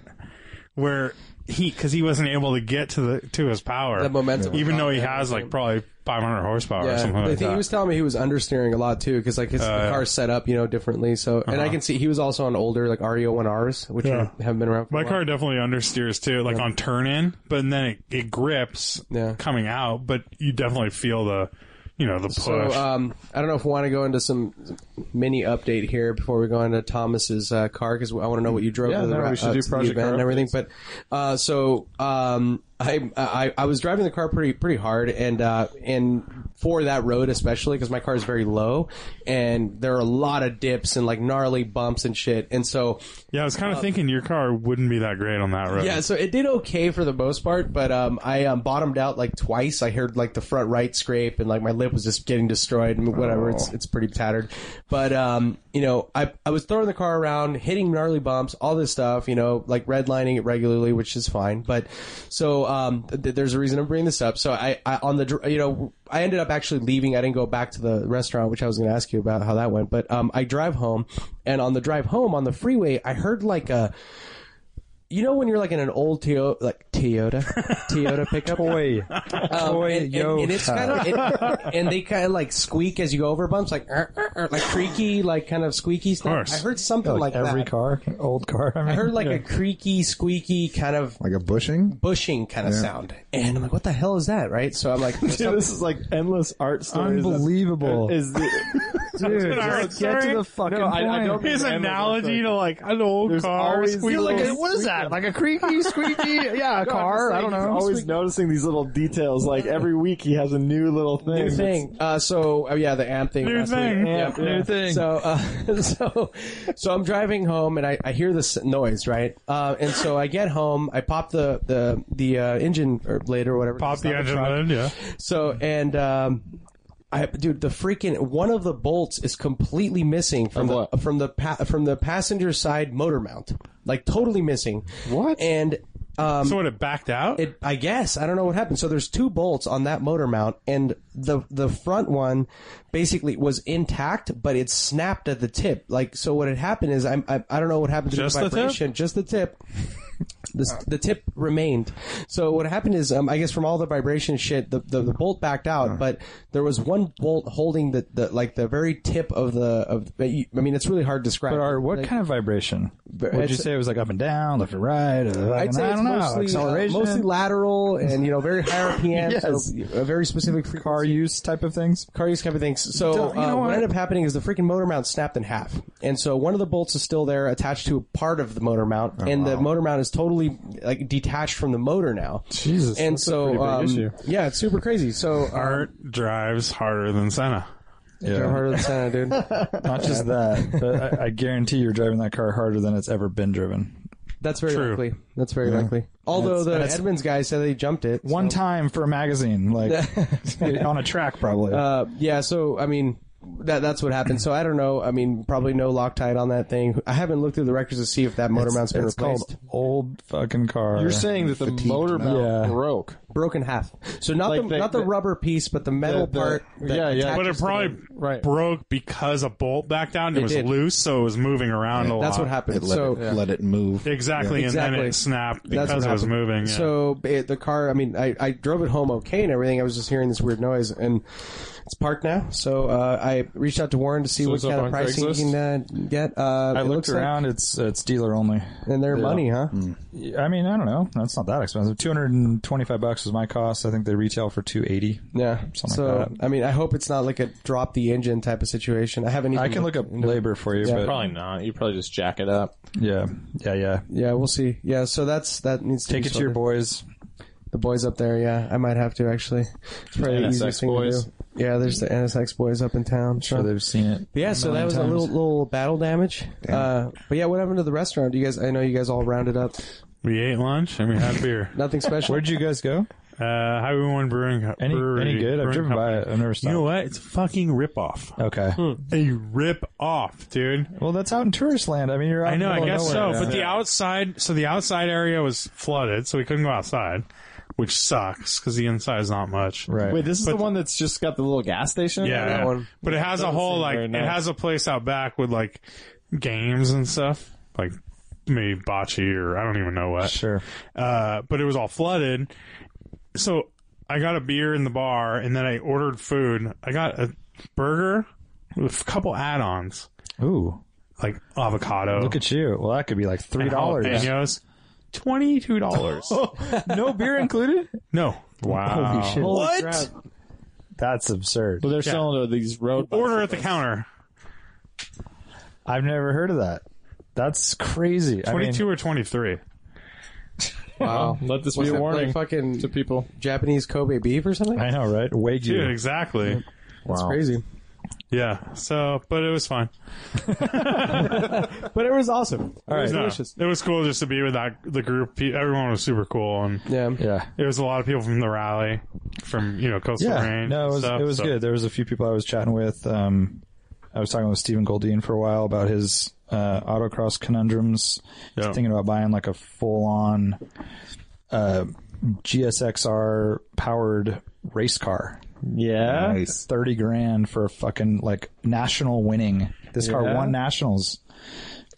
where he because he wasn't able to get to the to his power.
The momentum was
even
not
though he
there,
has
wasn't
like probably 500 horsepower or
Yeah,
something
but I
like
think
that. Uh,
he was telling me he was understeering a lot too, because like his the car's set up, you know, differently. So, and I can see he was also on older like E REO1Rs, which
Uh-huh. Yeah.
are- haven't been around. For a
My
while.
car definitely understeers too, like on turn in, but then it, it grips
Yeah.
coming out, but you definitely feel the, you know, the push.
So um, I don't know if we want to go into some mini update here before we go into Thomas's uh, car because I want to know what you drove
Yeah,
to the,
no,
ra-
we should
uh,
do
to the
Project
event
Car
and everything. But uh, so um, I, I I was driving the car pretty pretty hard and uh, and for that road especially because my car is very low and there are a lot of dips and like gnarly bumps and shit. And so
yeah, I was
uh,
kind of thinking your car wouldn't be that great on that road.
yeah, so it did okay for the most part, but um, I um, bottomed out like twice. I heard like the front right scrape, and like my lip was just getting destroyed and whatever. It's it's pretty tattered, but um, you know, I I was throwing the car around, hitting gnarly bumps, all this stuff, you know, like redlining it regularly, which is fine. But so um, th- th- there's a reason I'm bringing this up. So I, I on the dr- you know I ended up actually leaving. I didn't go back to the restaurant, which I was going to ask you about how that went. But um, I drive home, and on the drive home on the freeway, I heard like a you know when you're like in an old Toyota, like Toyota, Toyota pickup,
Boy,
Um,
boy,
and,
yo,
and, and it's kind of, it, and they kind of like squeak as you go over bumps, like "Er, er, er," like creaky, like kind of squeaky stuff.
course.
I heard something
like,
like,
every
that.
car, old car. I, mean,
I heard like a creaky, squeaky kind of
Like a bushing?
bushing kind of sound, and I'm like, what the hell is that, right? So I'm like,
Dude, this is like endless art stories. That's-
Unbelievable.
Is the,
dude,
our
just get
story.
to the fucking
No, I-
point.
I don't mean-
His
I know
analogy
that's
to like an old
There's
car,
always
squeak-
these
like
little-
a- what is that? Like a creaky, squeaky, yeah, a
I'm
car.
just
I
saying,
don't know.
He's always noticing these little details. Like every week, he has a new little thing.
new thing. Uh, so oh, yeah, the amp thing.
New
last week.
thing.
Yeah,
Amp, new
thing.
So uh, so so I'm driving home and I, I hear this noise right, uh, and so I get home. I pop the the the uh, engine or blade or whatever.
Pop
Stop
the engine
truck.
on, yeah.
So and um, I dude, the freaking one of the bolts is completely missing from the from the pa- from the passenger side motor mount, like totally missing.
What?
and. Um,
So when it backed out,
it, I guess I don't know what happened. So there's two bolts on that motor mount, and the the front one basically was intact, but it snapped at the tip. Like so, what had happened is I'm, I I don't know what happened to
Just
the
the tip?
vibration, just the tip. The, the tip remained. So what happened is, um, I guess from all the vibration shit, the, the, the bolt backed out, but there was one bolt holding the, the like the very tip of the of. I mean, it's really hard to describe.
But Art, what
Like,
kind of vibration? Would you say it was like up and down, left and right? Uh,
I'd say
I
it's
don't know.
mostly, uh,
acceleration,
mostly lateral and you know very high RPM,
Yes.
so a very specific frequency.
car use type of things.
car use type of things. So
Don't- you
uh,
know
what?
what?
ended up happening is the freaking motor mount snapped in half, and so one of the bolts is still there attached to a part of the motor mount, and the motor mount is totally like detached from the motor now.
Jesus,
and
that's a
so
pretty big
um,
issue.
yeah, it's super crazy. So uh,
Art drives harder than Senna.
they're harder than Santa, dude.
Not just that, but I, I guarantee you're driving that car harder than it's ever been driven.
That's very
True.
likely. That's very likely. Although the Edmonds guy said they jumped it so-
One time for a magazine, like on a track, probably.
Uh, yeah, so I mean that that's what happened. So I don't know. I mean, probably no Loctite on that thing. I haven't looked through the records to see if that motor mount's been
it's
replaced.
called old fucking car.
You're saying that the motor mount
Yeah.
broke.
Broken half. So not
Like
the,
the-
not the,
the-
rubber piece, but the metal
the- the-
part. that
yeah, yeah.
attaches
But it
to
probably
the-
Right.
broke because a bolt back down. It, was
did.
loose, so it was moving around a lot.
that's what happened.
It let,
so
it, let it move.
Exactly, and then
Exactly.
it snapped
That's
because
what
it was
happened.
moving. yeah.
So it, the car, I mean, I, I drove it home okay and everything. I was just hearing this weird noise, and it's parked now. So uh, I reached out to Warren to see what
it's up
kind of
on
pricing he
Craigslist?
can uh, get. Uh,
I
it
looked
looks like-
around. it's it's dealer only.
and their money, huh?
I mean, I don't know. That's not that expensive. Two hundred and twenty-five bucks was my cost. I think they retail for two eighty.
Yeah.
Something
so
like that.
I mean, I hope it's not like a drop the engine type of situation. I haven't. Even
I can look up labor for you, but
Probably not. You probably just jack it up.
yeah, yeah, yeah.
Yeah, we'll see. Yeah, so that's that needs to
Take
be
it to your
sorted.
boys.
The boys up there. Yeah, I might have to actually. It's probably the
NSX
easiest thing
boys.
to do. Yeah, there's the NSX boys up in town.
Sure,
So.
they've seen it.
yeah, so that was a
times.
little little battle damage. Uh, but yeah, what happened to the restaurant? Do you guys? I know you guys all rounded up.
we ate lunch and we had beer.
Nothing special.
Where'd you guys go?
uh, Highway One Brewing Co-
Any
Brewery.
any good?
Brewing
I've driven
Company.
by it. I've never stopped.
You know Hmm. what? It's a fucking ripoff.
Okay.
A rip off, dude.
Well, that's out in tourist land. I mean, you're out.
I know,
in
I
the middle
guess
of
so.
nowhere.
But the outside, so the outside area was flooded, so we couldn't go outside, which sucks because the inside is not much.
right.
Wait, this is the
But-
one that's just got the little gas station.
Yeah,
that
yeah.
one.
But it has a whole
seem
like
very
it
nice.
has a place out back with like games and stuff, like maybe bocce or I don't even know what.
sure.
Uh, but it was all flooded, so I got a beer in the bar and then I ordered food. I got a burger with a couple add-ons
Ooh,
like avocado.
look at you. Well, that could be like three
and
dollars.
jalapenos. Twenty-two dollars.
no beer included.
no. Wow.
Holy shit.
What?
That's absurd.
But they're selling uh, these road.
Order at the counter.
I've never heard of that. That's crazy. I mean,
Twenty-two or twenty-three.
wow.
Let this
What's
be
that,
a warning
like fucking
to people.
Japanese Kobe beef or something?
I know, right?
Dude,
Wagyu.
exactly.
That's crazy.
Yeah. So, but it was fine.
But it was awesome.
All right.
No, it was cool just to be with that the group. Pe- Everyone was super cool, and
Yeah.
Yeah.
there was a lot of people from the rally, from you know coastal
Yeah.
range.
No, it
and
was
stuff,
it was
so-
good. There was a few people I was chatting with. Um, I was talking with Stephen Goldine for a while about his uh, autocross conundrums. He's
Yeah.
thinking about buying like a full on uh, GSXR powered race car.
Yeah.
Nice.
Thirty grand for a fucking like national winning. This car
Yeah.
won nationals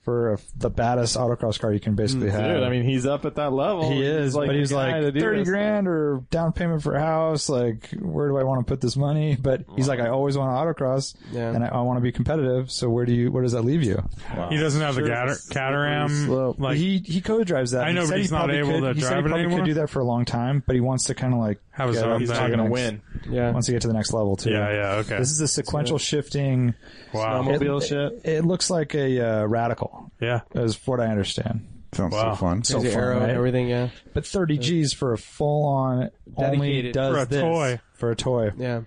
for a, the baddest autocross car you can basically have.
Dude, I mean, he's up at that level.
He is, but he's
the guy
like
to do
thirty
this.
grand or down payment for a house. Like, where do I want to put this money? But he's like, I always want to autocross,
Yeah.
and I, I want to be competitive. So where do you? Where does that leave you?
He doesn't have the Gator,
slope.
Cataram. Like
he he co-drives that.
I
He
know,
said
but
he
he's not
probably
able
could,
to
he said
drive
he
it
probably
anymore?
Could do that for a long time, but he wants to kind of like
have his
get
own
up
thing.
to the
Gonna
next-
win.
Yeah.
Wants to get to the next level too.
yeah, yeah, okay.
This is a sequential shifting.
wow.
Snowmobile shit.
It looks like a uh, radical,
yeah.
as what I understand.
Sounds
Wow.
so fun.
So
The
fun,
arrow and
right?
everything, yeah.
But 30 G's for a full on only
Dedicated.
does
For a
this
toy.
for a toy.
Yeah.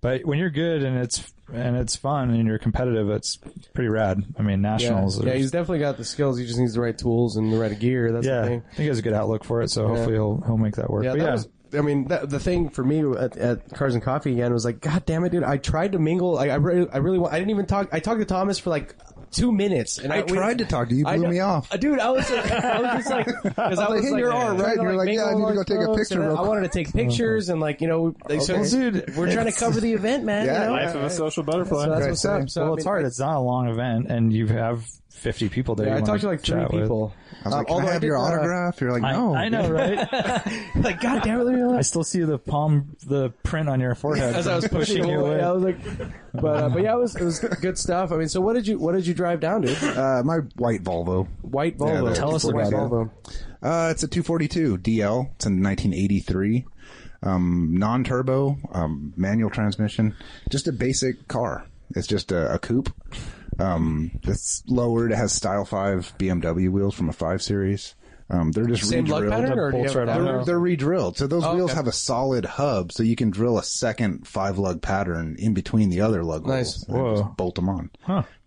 But when you're good and it's and it's fun and you're competitive, it's pretty rad. I mean,
Yeah.
nationals.
yeah,
are,
he's definitely got the skills. He just needs the right tools and the right gear. That's
yeah.
the
I
thing.
think he has a good outlook for it. So hopefully he'll he'll make that work.
Yeah,
but
that
yeah,
was. I mean, that, the thing for me at, at Cars and Coffee again was like, God damn it, dude! I tried to mingle. I, I really, I really, want, I didn't even talk. I talked to Thomas for like two minutes, and I,
I tried to talk to you. You
I
blew
know-
me off.
uh, dude. I was, like, I was just like, because I was
like, hey, you're all right.
trying to,
You're like, yeah, I
mingle
need to
amongst
go take a
folks,
picture
and then
real
I wanted to take pictures, and like, you know, they said,
Well, dude,
we're trying to cover the event, man.
Yeah,
you know?
life
Life of a social butterfly.
So that's what's up. So I
well, it's
mean,
hard. It's not a long event, and you have fifty people there.
Yeah,
you
I
wanna
talked to like three
chat with.
people.
I was like,
although
"Can I
I
have
did,
your
uh,
autograph?" You're like,
I,
"No."
I know, right?
Like, God damn it, leave me alone.
I still see the palm, the print on your forehead.
as I was pushing
you
you away.
away.
I was like, but uh, but yeah, it was it was good stuff. I mean, so what did you what did you drive down to?
Uh, my white Volvo.
White
Yeah,
Volvo.
the
Tell us about
242.
it.
Volvo.
Uh, it's a 242 DL. It's a 1983, um, non-turbo, um, manual transmission. Just a basic car. It's just a, a coupe. Um, it's lowered. It has Style Five BMW wheels from a Five Series. Um, they're just
Same lug
re-drilled.
pattern or do you
bolts
have
right
a
on
pattern?
They're, they're re-drilled, so those
Oh,
wheels
okay.
have a solid hub, so you can drill a second five lug pattern in between the other lug
Nice.
holes. and
Whoa.
just bolt them on.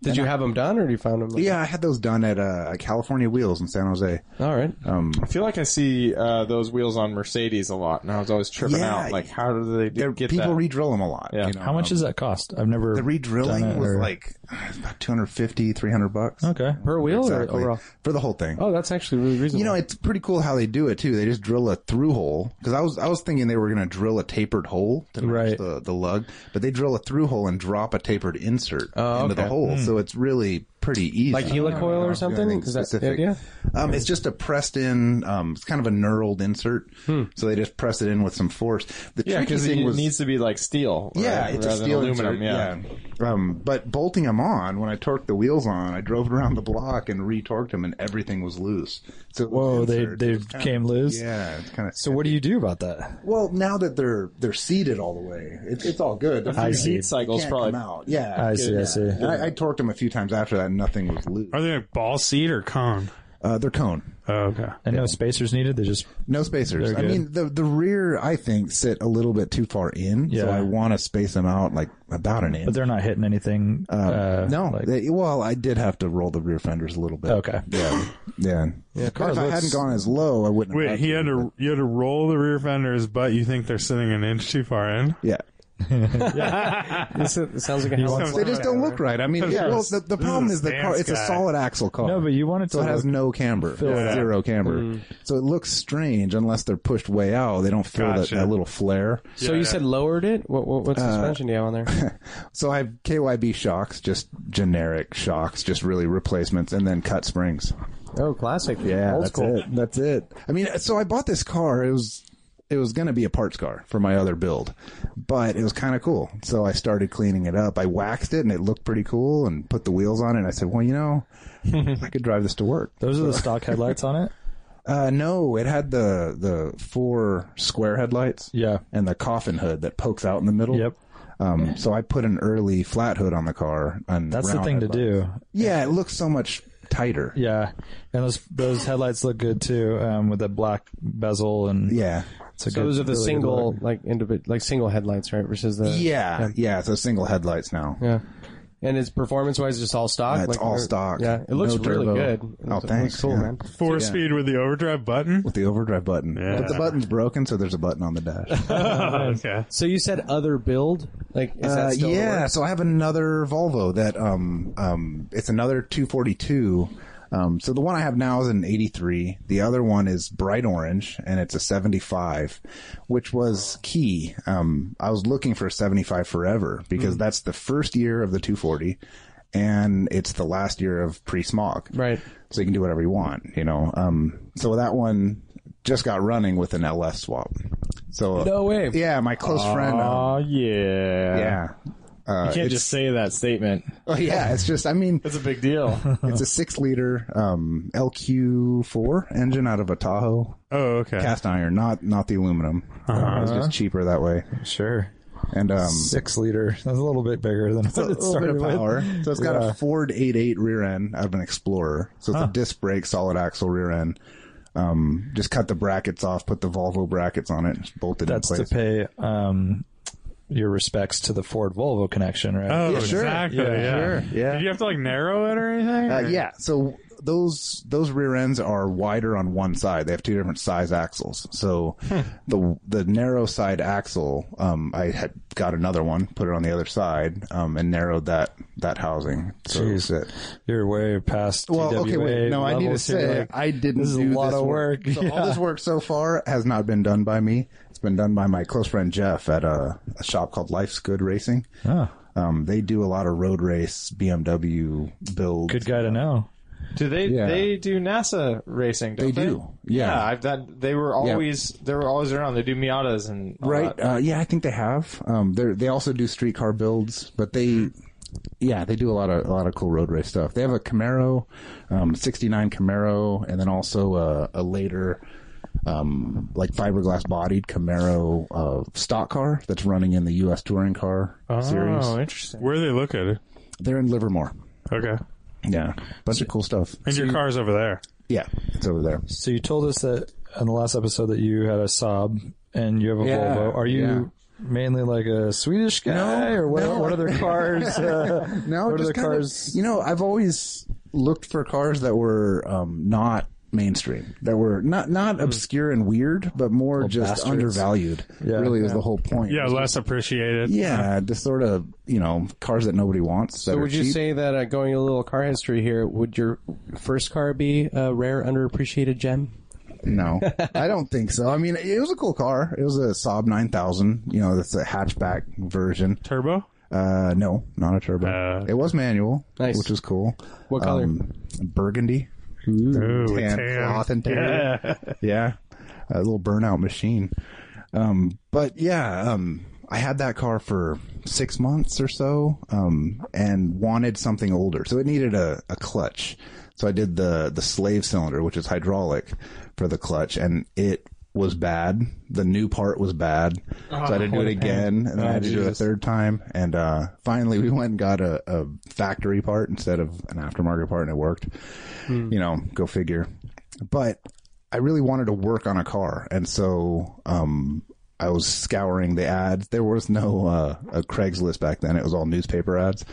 Did you have them done or do you found them?
Yeah, I had those done at uh, California Wheels in San Jose.
All right.
I feel like I see uh, those wheels on Mercedes a lot, and I was always tripping
Yeah.
out. Like, how do they do,
They're-
get
people
that?
redrill them a lot.
Yeah.
you know,
How much
um,
does that cost? I've never
the
done
redrilling
it,
was
or-
like uh, it's about 250 300 bucks
okay.
Per wheel or
Exactly.
overall?
for the whole thing
Oh, that's actually really reasonable.
you know it's pretty cool how they do it too they just drill a through hole because i was i was thinking they were going to drill a tapered hole to match
Right.
the, the lug but they drill a through hole and drop a tapered insert
Oh,
into the
okay.
hole so it's really pretty easy
like helicoil or something?
anything
Is that
specific.
the idea?
Um, it's just a pressed in. Um, it's kind of a knurled insert,
Hmm.
so they just press it in with some force. The
yeah,
tricky
because
thing
it
was
needs to be like steel.
yeah,
right?
it's a
Rather than
steel
aluminum.
insert,
yeah.
yeah. Um, but bolting them on, when I torqued the wheels on, I drove around the block and re-torqued them, and everything was loose. So it was
Whoa, they
insert.
they
It was kinda-
came loose.
Yeah, it's kind of.
So what do you do about that?
well, now that they're they're seated all the way, it's it's all good. The
I
Your
see.
heat cycles
can't
probably.
come out. Yeah,
I see. I see.
And I, I torqued them a few times after that, and nothing was loose.
Are they like ball seat or cone?
Uh, they're cone.
Oh, okay.
And no spacers needed. They just
No spacers.
They're
I
good.
mean, the the rear I think sit a little bit too far in, so
Yeah.
I want to space them out like about an
but
inch.
they're not hitting anything. Uh,
no,
like-
they, well, I did have to roll the rear fenders a little bit.
okay.
Yeah. Yeah.
car
if I
looks-
hadn't gone as low, I wouldn't.
Wait,
have
he had to you had to roll the rear fenders, but you think they're sitting an inch too far in?
Yeah.
This is- it sounds like a
wants-
They just don't look right. I mean,
Yeah.
well, the, the problem is the car. It's a
Stance guy.
solid axle car.
No, but you want it to
so it has
look- Mm.
no camber,
Yeah.
zero camber. So it looks strange unless they're pushed way out. They don't feel
Gotcha.
that, that little flare.
So you said lowered it? What, what, what suspension do you have on there?
So I have KYB shocks, just generic shocks, just really replacements, and then cut springs.
oh, classic.
Yeah,
Old
that's
school.
it. That's it. I mean, so I bought this car. It was it was going to be a parts car for my other build, but it was kind of cool. So I started cleaning it up. I waxed it, and it looked pretty cool. And put the wheels on it. And I said, well, you know, I could drive this to work.
those are the stock headlights on it.
Uh, no, it had the the four square headlights.
Yeah.
and the coffin hood that pokes out in the middle.
Yep.
Um, so I put an early flat hood on the car. And
That's the
round
thing to
headlights.
do.
Yeah, it looks so much tighter.
Yeah, and those those headlights look good too, um, with that black bezel and
Yeah.
It's a
So
good-
those are the
really good
single,
look.
like individ, like single headlights, right? Versus the
Yeah, yeah. So single headlights now.
yeah. And it's performance wise, just all stock.
That's all stock.
Yeah, it looks
No
really
turbo.
good. It
Oh,
looks- it
thanks,
looks cool,
yeah.
man.
Four speed with the overdrive button.
with the overdrive button.
Yeah.
But the button's broken, so there's a button on the dash.
Oh, okay.
So you said other build, like is
Uh,
that still
yeah, so I have another Volvo that um um it's another 242. Um, so the one I have now is an 83. The other one is bright orange and it's a 75, which was key. Um, I was looking for a 75 forever because
Hmm.
that's the first year of the 240 and it's the last year of pre-smog.
Right.
So you can do whatever you want, you know. Um, so that one just got running with an LS swap. So
No way.
Yeah, my close friend. um,
Oh yeah.
yeah. Uh,
You can't
it's-
just say that statement.
oh, yeah, it's just, I mean,
That's a big deal.
it's a six liter, um, LQ4 engine out of a Tahoe
Oh, okay.
cast iron, not, not the aluminum. uh It's just cheaper that way.
sure
And, um,
six liter. That's a little bit bigger than what it
a little bit
started
of
with.
power. So it's got
Yeah.
a Ford 88 rear end out of an Explorer. So it's a disc brake, solid axle rear end. Um, just cut the brackets off, put the Volvo brackets on it, and bolted
That's
in
to
place.
pay um, your respects to the Ford Volvo connection, right?
Oh,
sure.
exactly. Yeah,
Yeah,
sure, yeah.
Did you have to like narrow it or anything?
Uh,
or-
yeah. So those those rear ends are wider on one side. They have two different size axles. So the the narrow side axle, um, I had got another one, put it on the other side, um, and narrowed that that housing. So it was
Jeez.
it.
You're way past.
Well,
TWA
okay, wait. No, I need to
levels here,
say
like-
I didn't
this is a
do
lot
this
of
work.
work.
So All
Yeah.
this work so far has not been done by me. It's been done by my close friend Jeff at a, a shop called Life's Good Racing.
Oh,
Um, they do a lot of road race BMW builds.
good guy to know.
Do they?
Yeah.
They do NASA racing. Don't
They
they,
do, yeah.
I've done. They were always. They were always around. They do Miatas and all
right?
that.
Uh, yeah, I think they have. Um, they they also do streetcar builds, but they, yeah, they do a lot of a lot of cool road race stuff. They have a Camaro, um, '69 Camaro, and then also a, a later, um, like fiberglass bodied Camaro uh, stock car that's running in the U.S. touring car series.
Oh, interesting.
Where do they look at it?
They're in Livermore.
Okay.
Yeah, bunch of cool stuff.
And your car's over there.
Yeah, it's over there.
So you told us that on the last episode that you had a Saab and you have a
Yeah,
Volvo. Are you
yeah.
mainly like a Swedish guy or what? What other cars? Uh,
No,
what
just
other
kinda-
cars?
You know, I've always looked for cars that were um, not mainstream, that were not not
Hmm.
obscure and weird, but more just
bastards.
undervalued.
Yeah.
really is the whole point.
Yeah, less appreciated.
yeah, just sort of you know cars that nobody wants. That
So
are
would you
cheap.
say that uh, going a little car history here, would your first car be a rare, underappreciated gem?
No, I don't think so. I mean, it was a cool car. It was a Saab 9000. You know, that's a hatchback version.
Turbo?
Uh, no, not a turbo.
Uh,
it was manual,
Nice.
which was cool. Um,
What color?
burgundy.
Ooh,
tan, cloth interior.
Yeah.
yeah a little burnout machine um but yeah um i had that car for six months or so um and wanted something older so it needed a, a clutch so i did the the slave cylinder which is hydraulic for the clutch and it was bad the new part was bad so i had to
Oh,
do it again and then i had to do it a third time and uh finally we went and got a, a factory part instead of an aftermarket part and it worked you know go figure but I really wanted to work on a car, and so um, I was scouring the ads. There was no uh, a Craigslist back then; it was all newspaper ads,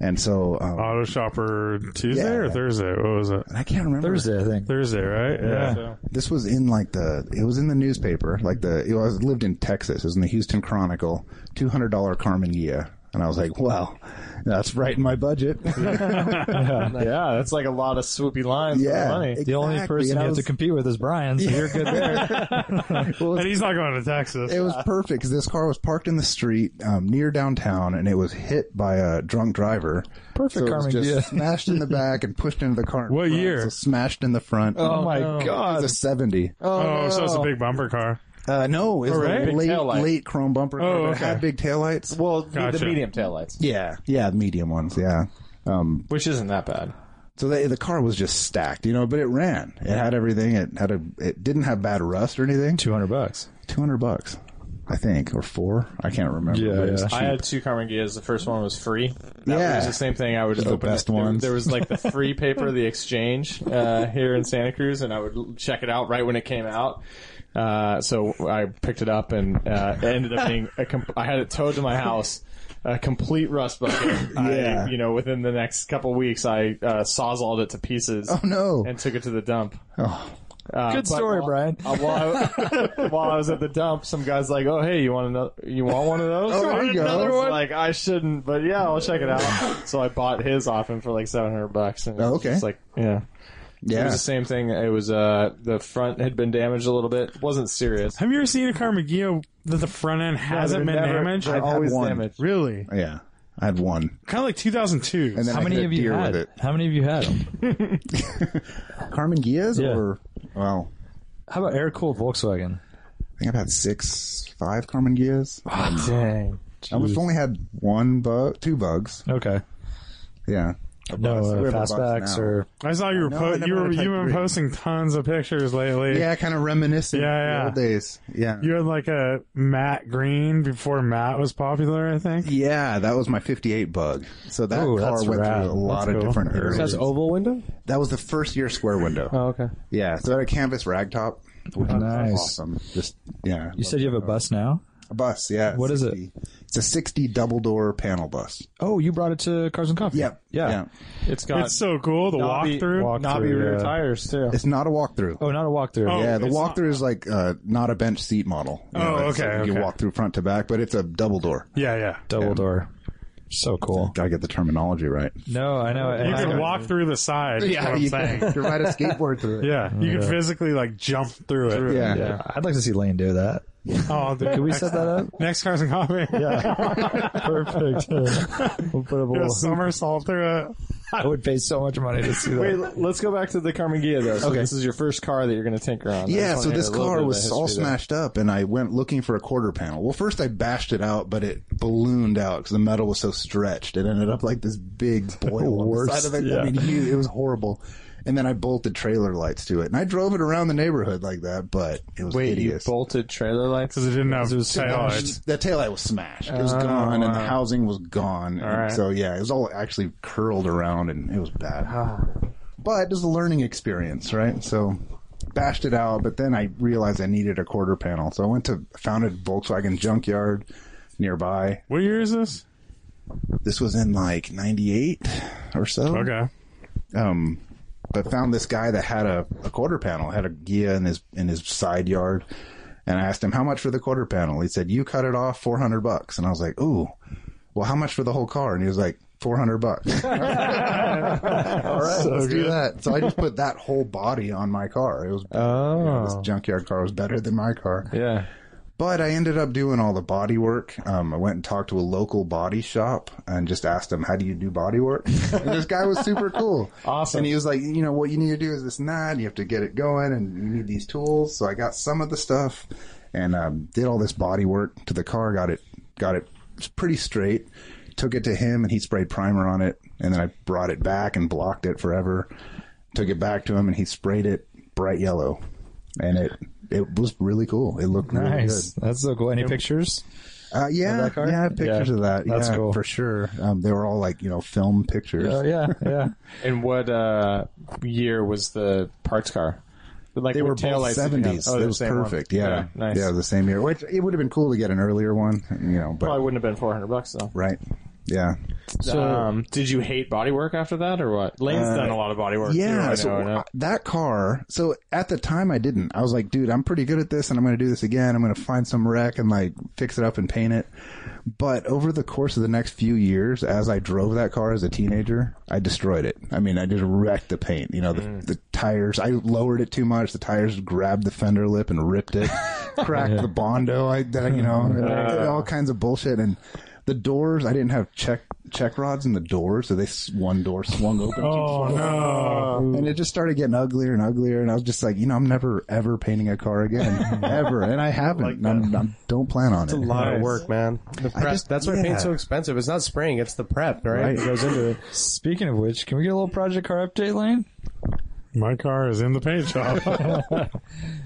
and so um,
Auto Shopper Tuesday
Yeah.
or Thursday? What was it?
and I can't remember.
Thursday, I think.
Thursday, right? Yeah.
This was in like the it was in the newspaper, like the it was I lived in Texas. It was in the Houston Chronicle, two hundred dollar Carmen Gia. And I was like, "Wow, that's right in my budget."
Yeah, that's like a lot of swoopy lines
Yeah,
for money.
The only
Exactly,
person
and
you
I
have to
was-
compete with is Brian, so you're good there.
And he's not going to Texas.
it was perfect because this car was parked in the street um, near downtown, and it was hit by a drunk driver.
Perfect,
so it was
Carmen
just
Gia.
smashed in the back and pushed into the car. in
What
front,
year?
so smashed in the front.
Oh my
It
god!
was a seventy.
oh, so it's a big bumper car.
Uh, no, it was
All right.
a
Big
late,
taillight.
late chrome bumper.
Oh,
but It
okay.
had big taillights.
well,
Gotcha.
the medium taillights,
yeah, yeah, medium ones. Yeah. Um,
which isn't that bad.
so they, the car was just stacked, you know, but it ran. It had everything. It had a. It didn't have bad rust or anything.
Two hundred bucks.
Two hundred bucks, I think, or four. I can't remember.
Yeah,
but it was
yeah.
cheap.
I had two Carmen Gias. The first one was free. That
Yeah.
was the same thing. I would
The
open
best
it. There-
ones.
There, was like the free paper, the exchange uh, here in Santa Cruz, and I would l- check it out right when it came out. Uh, so I picked it up and uh, it ended up being a com- I had it towed to my house. A complete rust bucket.
Yeah.
I, you know, within the next couple weeks, I uh, sawzalled it to pieces.
Oh no!
and took it to the dump.
Oh.
Uh,
Good
but
story,
while-
Brian.
uh, while, I, while I was at the dump, some guys like, "Oh, hey, you want another? You want one of those?
Oh, there
Want
you go.
another one?" Like, I shouldn't, but yeah, I'll check it out. so I bought his off him for like seven hundred bucks. And it
Oh,
was
okay.
just like yeah. It
yeah.
was the same thing. It was uh the front had been damaged a little bit. It wasn't serious.
Have you ever seen a car Magio that the front end hasn't
They're
been
never-
damaged?
They're
had
always
one.
damaged.
Really?
Yeah, I had one,
Kind of like 2002.
and then
How
I
many
hit a
of you
deer
had?
with
How many of you had them?
it. Carmen Gia's
Yeah.
or wow,
How about air cooled Volkswagen?
I think I've had six, five Carmen Gia's.
Dang.
I almost only had one bug, two bugs.
Okay.
Yeah,
No uh,
We have a box
fastbacks
now.
or
I saw you were
No,
po-
I never
you were
had a Type
you've been
three.
posting tons of pictures lately.
yeah, kind of reminiscent.
Yeah,
of the
yeah.
old days. Yeah,
You had like a Matt Green before Matt was popular, I think.
yeah, that was my '58 bug. So that
Ooh,
car
that's
went
rad.
through a lot
That's
of
cool. It
different areas.
Has oval window?
That was the first year square window.
Oh, okay.
Yeah, so it had a canvas ragtop. Which was
Nice.
awesome. Just yeah,
you said you have a bus now?
a bus. Yeah,
What is it?
60. It's a 60 double door panel bus.
Oh, you brought it to Cars and Coffee.
Yep.
Yeah.
It's got
It's so cool. The
knobby-
walkthrough.
walk-
knobby
Walkthrough,
rear
yeah.
tires too.
It's not a walkthrough.
Oh, not a walkthrough.
Oh.
yeah, the
it's
walkthrough is like uh, not a bench seat model. You
Oh,
it's
okay,
like You
okay.
walk through front to back, but it's a double door.
yeah, yeah.
Double door. So cool.
Gotta get the terminology right.
No, I know.
You
And I-
can walk through the side. is what I'm
you
saying.
can, you can ride a skateboard through it.
Yeah, you can physically like jump through it.
Yeah.
Yeah, I'd like to see Lane do that.
Oh, dude.
Can we set that up?
Next cars and coffee.
Perfect. we'll put up
Do a
a little-
somersault through
I would pay so much money to see that.
Wait, l- let's go back to the Carmen Ghia though. So
Okay.
this is your first car that you're going to tinker on. I
Yeah,
just wanna
so
hear
this
a little bit
car
of
was
the
all
history there.
smashed up, and I went looking for a quarter panel. Well, first I bashed it out, but it ballooned out because the metal was so stretched. It ended up like this big boil on the
Worst,
side of it. I
yeah.
mean, huge. it was horrible. And then I bolted trailer lights to it, and I drove it around the neighborhood like that. But it was
Wait,
hideous.
you bolted trailer lights?
because it uh, didn't have taillights.
that taillight was smashed. It was gone, and the housing was gone. And
Oh, right.
So yeah, it was all actually curled around, and it was bad.
Ah.
But it was a learning experience, right? So bashed it out, but then I realized I needed a quarter panel, so I went to found a Volkswagen junkyard nearby.
What year is this?
This was in like '98 or so.
Okay.
Um, but found this guy that had a, a quarter panel, had a Gia in his in his side yard, and I asked him how much for the quarter panel. He said, "You cut it off four hundred bucks," and I was like, "Ooh, well, how much for the whole car?" And he was like, 400 bucks. All right, let's do that. So I just put that whole body on my car. It was you know, this junkyard car was better than my car.
Yeah.
But I ended up doing all the body work. Um, I went and talked to a local body shop and just asked them, how do you do body work? and this guy was super cool.
Awesome.
And he was like, you know, what you need to do is this and that. You have to get it going and you need these tools. So I got some of the stuff and um, did all this body work to the car, got it, got it pretty straight, took it to him and he sprayed primer on it. And then I brought it back and blocked it forever, took it back to him and he sprayed it bright yellow. And it, it was really cool. It looked really good.
Nice. That's so cool. Any pictures?
Uh, yeah,
that car?
yeah, I have pictures
Yeah,
of that.
that's
yeah,
cool.
for sure. Um, they were all like you know film pictures.
Oh yeah, yeah.
And what uh, year was the parts car? Like
they
what
were both
taillights did you have?
seventies.
Oh,
it
they're
was
the same one.
perfect. Yeah, yeah,
nice.
it was the same year. Which it would have been cool to get an earlier one, you know. But
Probably wouldn't have been four hundred bucks though.
right, yeah,
So, um, did you hate body work after that, or what? Lane's done a lot of body work. too, I
Uh, yeah.
know,
so
I know.
uh, that car. So at the time, I didn't. I was like, dude, I'm pretty good at this, and I'm going to do this again. I'm going to find some wreck and like fix it up and paint it. But over the course of the next few years, as I drove that car as a teenager, I destroyed it. I mean, I just wrecked the paint. You know, the,
Mm.
the tires, I lowered it too much. The tires grabbed the fender lip and ripped it, cracked the bondo. I, that, you know, I did all kinds of bullshit. And the doors, I didn't have check check rods in the doors, so they s- one door swung open.
Oh no!
And it just started getting uglier and uglier, and I was just like, you know, I'm never ever painting a car again, ever, and I haven't. and I'm, I'm, don't plan on it.
A lot of work, man. The prep.
just-
that's why
yeah.
paint's so expensive. It's not spraying; it's the prep, right?
Right.
It goes into it.
Speaking of which, can we get a little project car update, Lane?
My car is in the paint shop.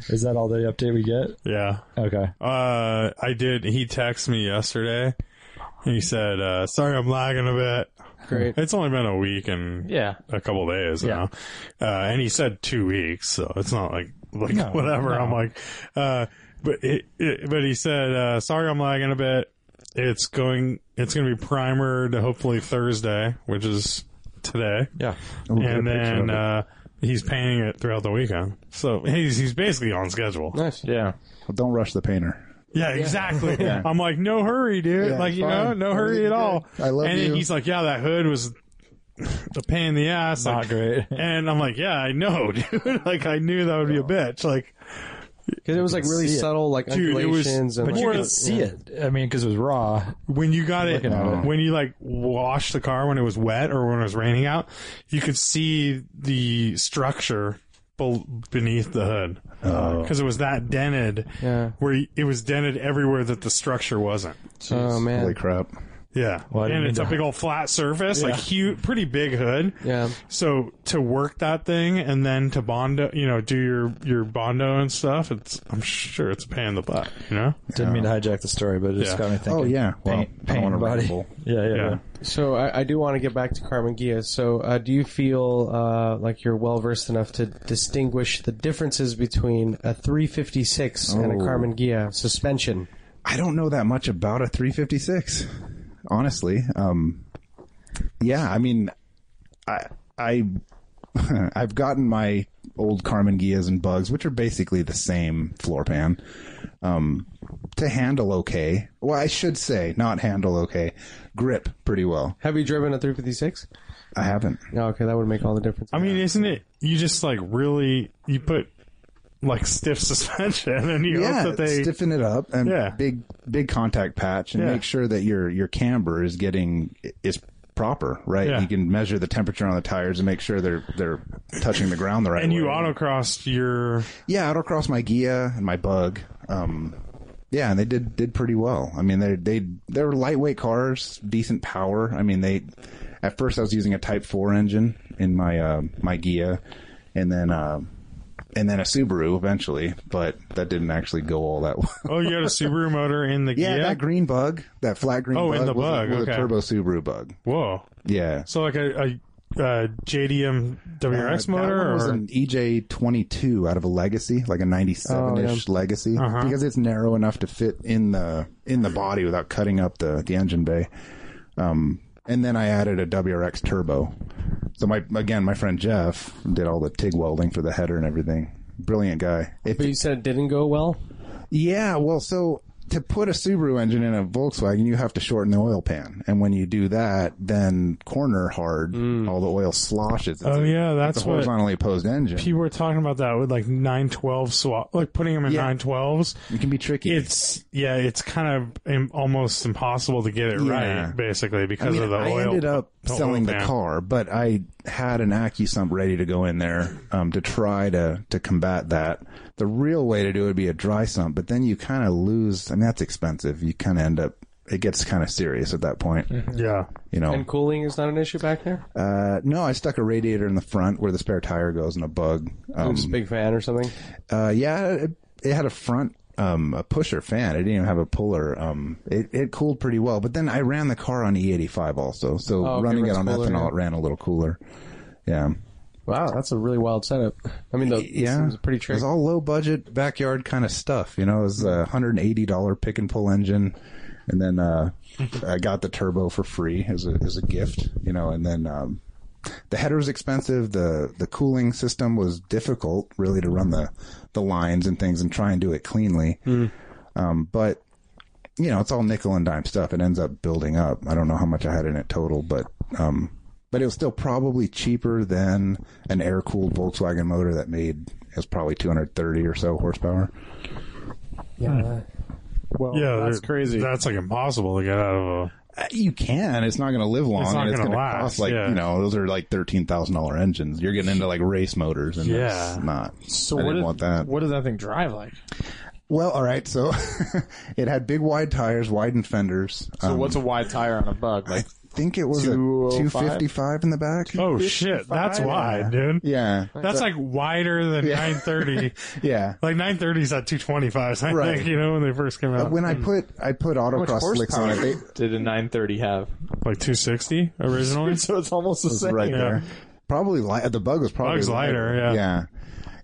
Is that all the update we get?
yeah.
Okay.
Uh, I did. He texted me yesterday. He said, uh, "Sorry, I'm lagging a bit.
Great.
It's only been a week and
Yeah.
a couple days now." Uh, and he said two weeks, so it's not like like whatever. I'm like, uh, but it, it, but he said, uh, "Sorry, I'm lagging a bit. It's going. It's going to be primered hopefully Thursday, which is today."
Yeah.
We'll get a
and
picture
then
of it.
uh, he's painting it throughout the weekend. So he's he's basically on schedule.
Nice.
yeah.
don't rush the painter.
Yeah, exactly. I'm like, no hurry, dude.
Yeah,
like, you know,
fine.
no hurry at all.
I love
and
you.
he's like, yeah, that hood was a pain in the ass.
Not
Like,
great.
And I'm like, yeah, I know, dude. like, I knew that would be a bitch. Like,
Because it was like really
see it.
subtle, like
Dude, it was-
undulations and
but
But
like,
you
More
could
than-
see it. I mean, because it was raw.
when you got it,
Looking at it.
when you like washed the car when it was wet or when it was raining out, you could see the structure be- beneath the hood because it was that dented.
Yeah.
Where y- it was dented everywhere that the structure wasn't.
Oh man.
Holy crap!
Yeah.
I
and
didn't mean
it's a
to-
big old flat surface, like huge, pretty big hood.
Yeah.
So to work that thing and then to bondo, you know, do your, your bondo and stuff, it's, I'm sure it's a pain in the butt, you know?
Didn't mean to hijack the story, but it just
Yeah.
got me thinking.
Oh yeah,
Paint,
I
paint
don't wanna
body.
ramble.
Yeah, yeah,
Yeah.
yeah.
So I, I do want to get back to Carmen Gia. So uh, do you feel uh, like you're well versed enough to distinguish the differences between a 356 and a
Oh.
Carmen Gia suspension?
I don't know that much about a 356, honestly. Um, yeah, I mean, I I I've gotten my old Carmen Gias and Bugs, which are basically the same floor pan, um, to handle okay. Well, I should say not handle okay, grip pretty well.
Have you driven a 356?
I haven't.
No, okay, that would make all the difference.
I mean, isn't it, you just like really, you put like stiff suspension, and you
yeah,
hope that they
stiffen it up and
Yeah.
big big contact patch and
Yeah.
make sure that your your camber is getting is proper, right?
Yeah.
You can measure the temperature on the tires and make sure they're they're touching the ground the right
and
way.
you autocrossed your
Yeah, autocross my Gia and my Bug. Um, yeah, and they did did pretty well. I mean, they they they're lightweight cars, decent power. I mean, they at first I was using a Type Four engine in my uh, my Gia, and then uh, and then a Subaru eventually, but that didn't actually go all that well.
oh you had a Subaru motor in the
Yeah,
Gia?
that green bug, that flat green.
Oh,
bug
in the
was a-
bug,
was
okay.
a turbo Subaru bug.
Whoa,
Yeah,
so like a, a, uh JDM
Uh,
WRX
that
motor
one was
or
an EJ22 out of a Legacy, like a
Oh,
97-ish Legacy,
Uh-huh.
because it's narrow enough to fit in the in the body without cutting up the the engine bay. Um, and then I added a WRX turbo. So my again, my friend Jeff did all the TIG welding for the header and everything. Brilliant guy. If
But you said it didn't go well.
yeah, well, so to put a Subaru engine in a Volkswagen, you have to shorten the oil pan, and when you do that, then corner hard, all the oil sloshes. It's
Mm. Oh,
a-
yeah, that's
it's a
what-
horizontally opposed engine.
people were talking about that with like nine twelve swap, like putting them in
Yeah.
nine twelves.
it can be tricky.
It's yeah, it's kind of im- almost impossible to get it
Yeah.
right, basically, because
I mean,
of the
I
oil.
ended up
the oil
selling the
pan.
car, but I had an AccuSump ready to go in there um, to try to to combat that. The real way to do it would be a dry sump, but then you kind of lose. I mean, that's expensive. You kind of end up. It gets kind of serious at that point,
Yeah,
you know.
And cooling is not an issue back there.
Uh, no, I stuck a radiator in the front where the spare tire goes and a bug.
I'm
Um,
just a big fan or something.
uh, yeah, it, it had a front, um, a pusher fan. It didn't even have a puller. Um, it, it cooled pretty well, but then I ran the car on E85 also. So
Oh, okay,
running it
runs
on
cooler,
ethanol,
yeah.
it ran a little cooler. Yeah.
Wow, that's a really wild setup. I mean, the,
Yeah.
it was pretty
It was
tricky.
all low budget backyard kind of stuff. You know, it was a $180 pick and pull engine. And then, uh, I got the turbo for free as a, as a gift, you know, and then, um, the header was expensive. The, the cooling system was difficult really to run the, the lines and things and try and do it cleanly.
Mm.
Um, but you know, it's all nickel and dime stuff. It ends up building up. I don't know how much I had in it total, but um, but it was still probably cheaper than an air cooled Volkswagen motor that made it was probably 230 or so horsepower.
Well,
yeah,
that's
they're-
crazy.
That's like impossible to get out of
Uh, You can. It's not going to live long.
It's not
and it's
gonna
gonna
last,
cost like
yeah.
you know those are like thirteen thousand dollar engines. You're getting into like race motors, and
Yeah.
that's not.
so
I
what
didn't
did,
want that.
what did that thing drive like?
Well, all right. So it had big wide tires, widened fenders.
So what's a wide tire on a bug?
Um, I
Like
think it was a
205?
two fifty five in the back.
a. Oh shit, that's wide, dude.
Yeah,
That's like wider than
Yeah.
930.
yeah.
like 930s at 225s, I
Right.
think, you know, when they first came out.
when I put I put
Hmm. how much
autocross slicks on
horsepower
it, they,
did a 930 have?
like 260 originally?
So it's almost the same.
right
Yeah.
there. Probably li- the bug was probably
Bug's lighter, yeah.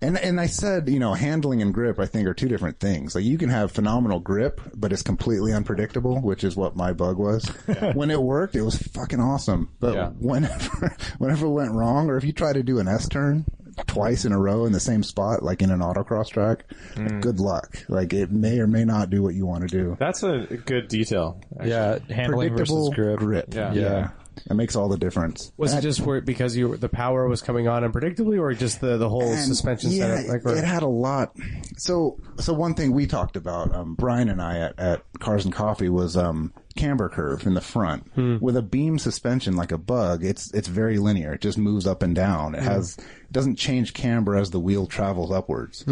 And and I said, you know, handling and grip I think are two different things. Like you can have phenomenal grip, but it's completely unpredictable, which is what my bug was. when it worked, it was fucking awesome. But
Yeah.
whenever whenever it went wrong, or if you try to do an S turn twice in a row in the same spot, like in an autocross track,
Hmm.
good luck. Like it may or may not do what you want to do.
That's a good detail.
Yeah, handling versus
Predictable
grip.
Yeah.
Yeah.
That makes all the difference.
Was it just where, because you the power was coming on unpredictably, or just the, the whole
And,
suspension
yeah,
setup? Like,
it, it had a lot. So, so one thing we talked about, um, Brian and I at, at Cars and Coffee was um, camber curve in the front
Hmm.
with a beam suspension like a bug. It's it's very linear. It just moves up and down.
Hmm.
It has it doesn't change camber as the wheel travels upwards,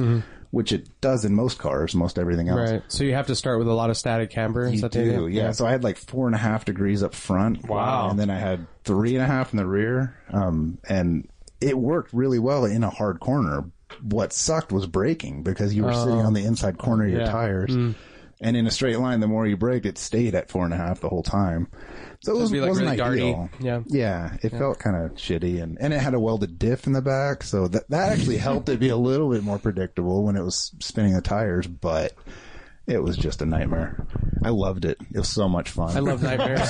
which it does in most cars, most everything else.
Hmm. right. So you have to start with a lot of static camber. is
You
that the idea?
do, yeah. So I had like four and a half degrees up front.
Wow.
And then I had three and a half in the rear. Um, and it worked really well in a hard corner. What sucked was braking because you were sitting
Oh.
on the inside corner of your tires.
Hmm.
And in a straight line, the more you braked, it stayed at four and a half the whole time. So it was,
be, like,
wasn't
really
ideal.
darty. Yeah.
Yeah. It felt kind of shitty. And, and it had a welded diff in the back. So that, that actually helped it be a little bit more predictable when it was spinning the tires. But it was just a nightmare. I loved it. It was so much fun.
I love nightmares.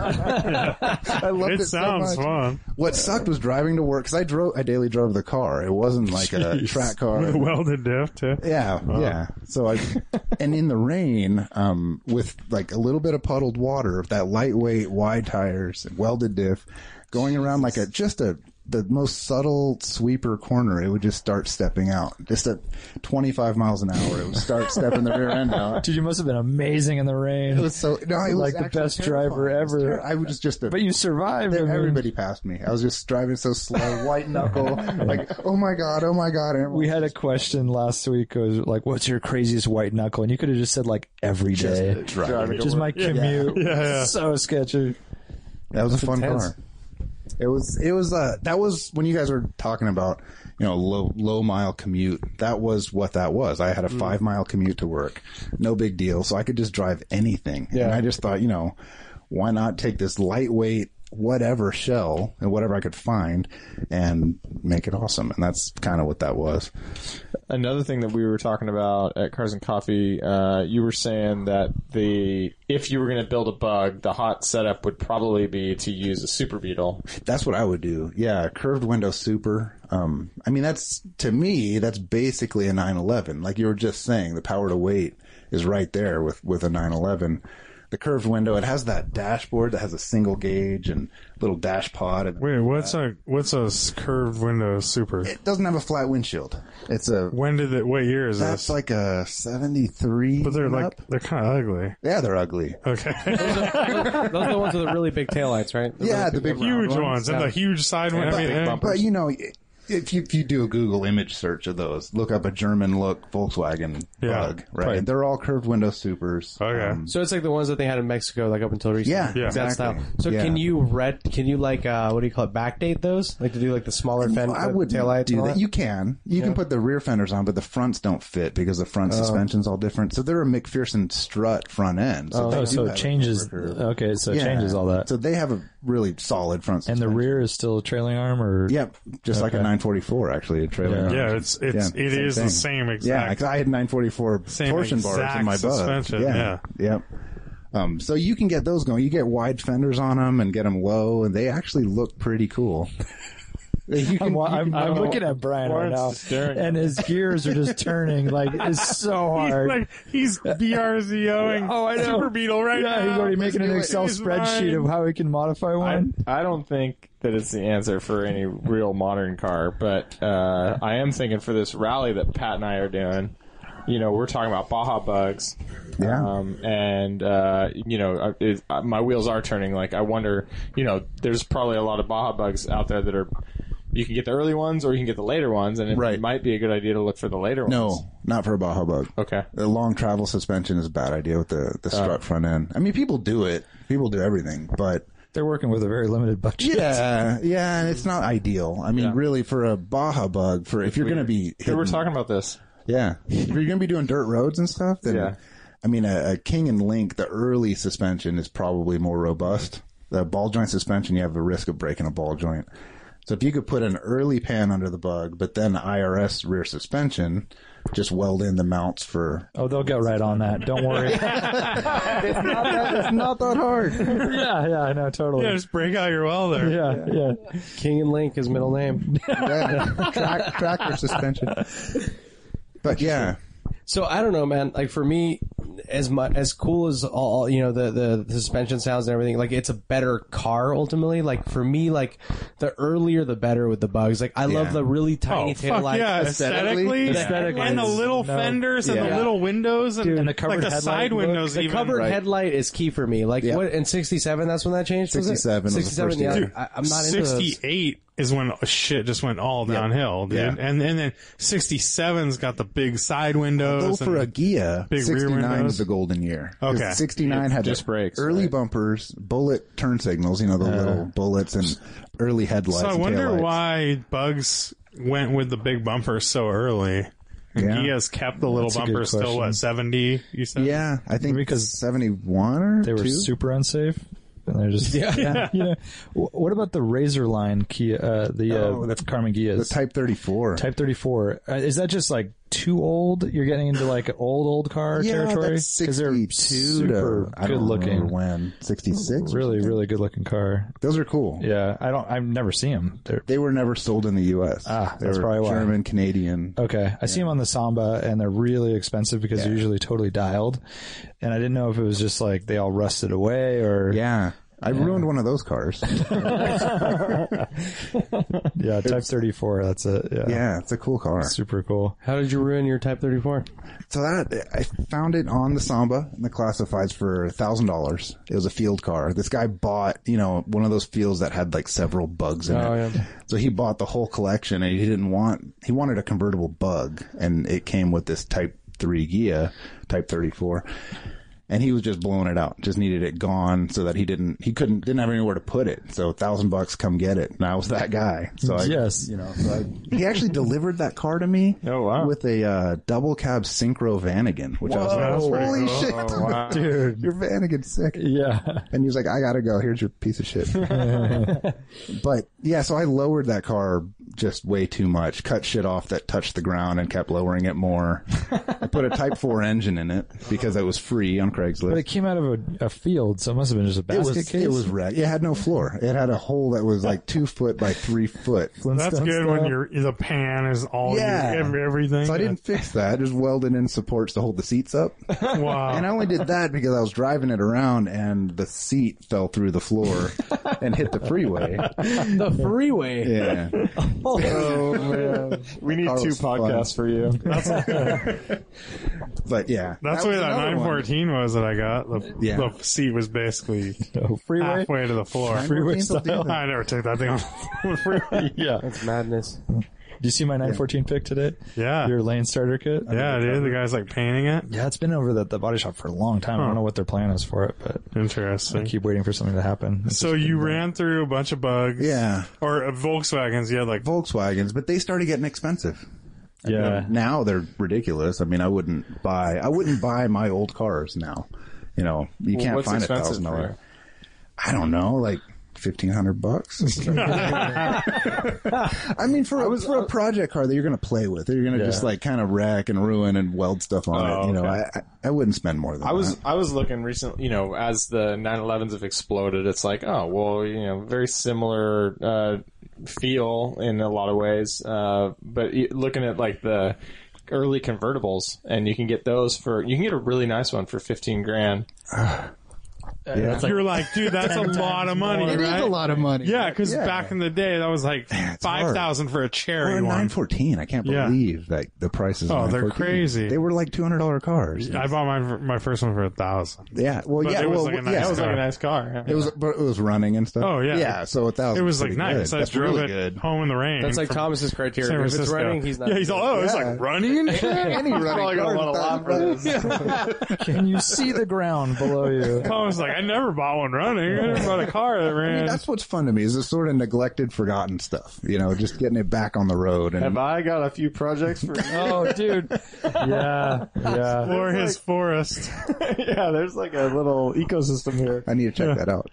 I loved
It
so
sounds
much.
fun.
What sucked was driving to work because I drove. I daily drove the car. It wasn't like a track car.
With a welded diff, too.
Yeah,
Uh-huh.
yeah. So I, and in the rain, um, with like a little bit of puddled water, that lightweight wide tires, welded diff, going around like a just a the most subtle sweeper corner, it would just start stepping out. Just at 25 miles an hour, it would start stepping the rear end out.
Dude, you must have been amazing in the rain.
It was so no, it was
Like the
actually
best
terrifying.
driver
It was
ever.
terri- I was just just a,
but you survived. I mean,
everybody passed me. I was just driving so slow, white knuckle, like oh my god, oh my god. and
we had a question last week. It was like, "What's your craziest white knuckle?" And you could have just said like every day. Just,
driving to
my
work.
commute. So sketchy.
That was a fun
intense.
car. It was it was uh that was when you guys were talking about you know low low mile commute. That was what that was. I had a five mile commute to work, no big deal. So I could just drive anything. And I just thought you know why not take this lightweight whatever shell and whatever I could find and make it awesome. And that's kind of what that was.
another thing that we were talking about at Cars and Coffee, uh, you were saying that the if you were going to build a bug, the hot setup would probably be to use a Super Beetle.
That's what I would do. Yeah, curved window super. Um, I mean, that's to me, that's basically a 911. Like you were just saying, the power to weight is right there with with a 911. The curved window, it has that dashboard that has a single gauge and little dash pod. And
Wait, what's a what's a s- curved window super?
It doesn't have a flat windshield. It's a
When did it? What year is
that's
this?
like a 73.
But they're
and
like
up.
they're kind of ugly.
yeah, they're ugly.
Okay,
Those are the ones with the really big taillights, right? The
Yeah,
really
the big round
huge ones and the huge side one. I mean, eh,
But you know, if you if you do a Google image search of those, look up a German look Volkswagen
Yeah,
bug, right?
right. Oh,
They're all curved window supers. Um,
Okay.
So it's like the ones that they had in Mexico, like up until recently.
Yeah, Yeah.
It's that
exactly.
style. So
Yeah.
can you red? Can you like uh, what do you call it? Backdate those? Like to do like the smaller fender,
I would
taillight.
do that. You can. You can put the rear fenders on, but the fronts don't fit because the
Oh.
front suspension's all different. So they're a McPherson strut front end. So, they
Oh,
do
so
have
it
a
changes.
curve.
Okay, so it
Yeah.
changes all that.
So they have a really solid front
and the
suspension.
rear is still trailing arm, or
Yep, just like a 944 actually, a trailer.
Yeah.
yeah, it's it's
Yeah,
it
same
is
thing.
the same
Yeah,
exact.
'cause I had 944
Same
torsion bars
exact
in my bug.
suspension,
yeah, yep. Um, so you can get those going. You get wide fenders on them and get them low, and they actually look pretty cool. You can-
I'm, wa- I'm, I'm
no.
looking at Brian right
Warren's
now,
just staring at
and his gears are just turning. Like it's so
He's
hard.
like he's BRZOing
Oh, I know.
Super Beetle right now.
yeah, he's already making an
He's
Excel
mine.
spreadsheet of how he can modify
I,
one.
I don't think that it's the answer for any real modern car, but uh, I am thinking for this rally that Pat and I are doing. You know, we're talking about Baja bugs,
Yeah.
um, and uh, you know, I- it, I, my wheels are turning. Like, I wonder, you know, there's probably a lot of Baja bugs out there that are. You can get the early ones, or you can get the later ones, and it
Right.
might be a good idea to look for the later ones.
no, not for a Baja Bug.
Okay. Uh.
The long travel suspension is a bad idea with the the strut front end. I mean, people do it. People do everything, but
They're working with a very limited budget.
yeah, yeah, and it's not ideal. I mean, really, for a Baja Bug, for if you're going to be
We were
hitting-
talking about this.
Yeah. If you're going to be doing dirt roads and stuff, then
Yeah.
I mean, a, a King and Link, the early suspension is probably more robust. The ball joint suspension, you have a risk of breaking a ball joint. So if you could put an early pan under the bug, but then IRS rear suspension, just weld in the mounts for.
Oh, they'll get right on that. Don't worry.
It's not that hard.
yeah, yeah, I know, totally.
Yeah, just break out your well there.
yeah, yeah.
King and Link, his middle name.
Track, tractor suspension. But yeah,
So I don't know, man. Like for me, as much as cool as all you know, the, the the suspension sounds and everything. Like it's a better car ultimately. Like for me, like the earlier the better with the bugs. Like I love the really tiny
Oh
tail
fuck
light.
yeah!
aesthetically-
Aesthetically,
aesthetically,
and the
it's-
little
no.
fenders and
Yeah.
the little windows and,
Dude, and the covered
like the
headlight
side
look.
windows.
The
even
covered headlight is key for me. Like
Yeah.
what in '67? That's when that changed. was it?
67 was the
'67.
first
Yeah,
year.
I, I'm not into those.
68 is when shit just went all downhill, dude.
Yeah.
And and then 67's got the big side
Though
windows.
for a
and-
Gia,
big rear
69
windows.
is the golden year. 'Cause
Okay.
69 had
Just
the
brakes,
early bumpers, bullet turn signals, you know, the little bullets and early headlights.
so I
and
wonder
taillights.
why Bugs went with the big bumper so early.
Yeah.
He has kept the little
That's a good
bumper still
question.
what 70 you said?
Yeah, I think
Because
because 71 or
They were
two?
super unsafe. And they're just yeah. You know, Wh- what about the Razor line Kia? Uh, the uh,
Oh, the-
Carmen Gias.
the Type 34.
Type 34. Uh, is that just like too old? You're getting into like old, old car
yeah,
territory?
That's 62
they're super
to, I don't
good looking.
remember when 66.
Really, really good looking car.
those are cool.
Yeah. I don't, I've never seen them. They're,
They were never sold in the U.S. Ah, they
that's
were
probably why. Oh,
German, Canadian.
Okay, I see them on the Samba, and they're really expensive because they're usually totally dialed. And I didn't know if it was just like they all rusted away, or
Yeah, I ruined one of those cars.
Yeah, Type 34. That's it. Yeah.
yeah, it's a cool car.
Super cool.
How did you ruin your Type 34?
So that I found it on the Samba in the classifieds for thousand dollars. It was a field car. This guy bought, you know, one of those fields that had like several bugs in
Oh,
it.
yeah.
So he bought the whole collection, and he didn't want. He wanted a convertible bug, and it came with this Type Three Gia, Type Thirty Four. And he was just blowing it out. Just needed it gone so that he didn't. He couldn't. Didn't have anywhere to put it. So thousand bucks, come get it. And I was that guy. So I,
Yes.
you know, so I, he actually delivered that car to me.
Oh, wow.
With a uh, double cab synchro Vanagon, which I was like, holy shit,
Dude.
your Vanagon's sick.
Yeah.
And he was like, I gotta go. Here's your piece of shit. but yeah, so I lowered that car just way too much, cut shit off that touched the ground and kept lowering it more. I put a Type 4 engine in it because it was free on Craigslist.
But it came out of a, a field, so it must have been just a
It
basket
was,
case.
it was wrecked. It had no floor. It had a hole that was like two foot by three foot.
That's
Flintstone
good when
style.
your the pan is all
Yeah.
yeah. everything.
So I didn't fix that. I just welded in supports to hold the seats up.
Wow.
And I only did that because I was driving it around and the seat fell through the floor and hit the freeway.
The freeway.
Yeah.
Oh man, we need
That
two
was fun.
podcasts for you.
But yeah.
That's
that
where
was
that
another one.
914 was that I got. The,
Yeah.
the seat was basically
Oh, freeway.
halfway to the floor.
914 will do that.
I never took that thing off. the freeway.
Yeah.
That's madness.
Do you see my 914 pick today?
Yeah.
Your lane starter kit?
yeah, dude. The guy's like painting it.
Yeah, it's been over the, the body shop for a long time. I don't know what their plan is for it, but I
Interesting.
keep waiting for something to happen. It's
So you ran through a bunch of bugs.
Yeah.
Or uh, Volkswagens. You had like
Volkswagens, but they started getting expensive.
just- yeah.
Now they're ridiculous. I mean, I wouldn't buy, I wouldn't buy my old cars now. You know, you
Well,
can't
what's
find a
expensive
thousand
for
dollar. I don't know, like fifteen hundred bucks. I mean, for a, for
uh,
a project car that you're going to play with, that you're going to just like kind of wreck and ruin and weld stuff on
Oh,
it. You know,
okay.
I, I I wouldn't spend more than
I was
that.
I was looking recently, you know, as the 911s have exploded, it's like, oh well, you know, very similar uh, feel in a lot of ways. Uh, but y- looking at like the early convertibles, and you can get those for you can get a really nice one for fifteen grand.
you're like, dude, that's a lot of money,
It is
right?
a lot of money.
Yeah, because back in the day, that was like
it's
five thousand for a
Or
cherry
a
one.
914. I can't
Yeah.
believe that the prices. of
Oh, they're
914.
crazy.
They were like two hundred dollar cars.
I bought my my first one for a thousand.
Yeah. Well,
But
yeah.
it was
well,
like a
yeah.
nice
It was,
car.
Like a nice car.
it was, but it was running and stuff.
Oh, yeah.
Yeah. So a thousand.
It was like nice.
Good.
I
That's
drove
really
it
good.
home in the rain.
That's like
from
Thomas's criteria.
San
If
Francisco.
it's running, he's not.
Yeah, he's all. Oh, it's
Yeah.
like running and shit.
Any running
gonna
car
want a
is a
lot
thousand
for
bucks.
Can you see the ground below you?
Thomas was like, I never bought one running. I never bought a car that ran.
That's what's fun to me is the sort of neglected, forgotten stuff. You know, just getting it back on the road. And
Have I got a few projects for?
Oh, dude. Yeah. Yeah.
or his forest.
yeah, there's like a little ecosystem here.
I need to check that out.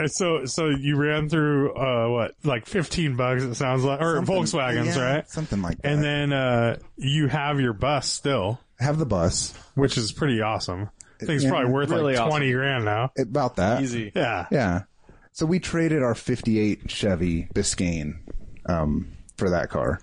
And so, so you ran through uh, what, like fifteen bugs? It sounds like, or Volkswagens,
Yeah,
right?
Something like that.
And then uh, you have your bus still,
have the bus.
which is pretty awesome. I think it's
Yeah,
probably worth
really
like
awesome.
twenty grand now.
About that.
Easy.
Yeah.
Yeah. So we traded our 58 Chevy Biscayne, um, for that car.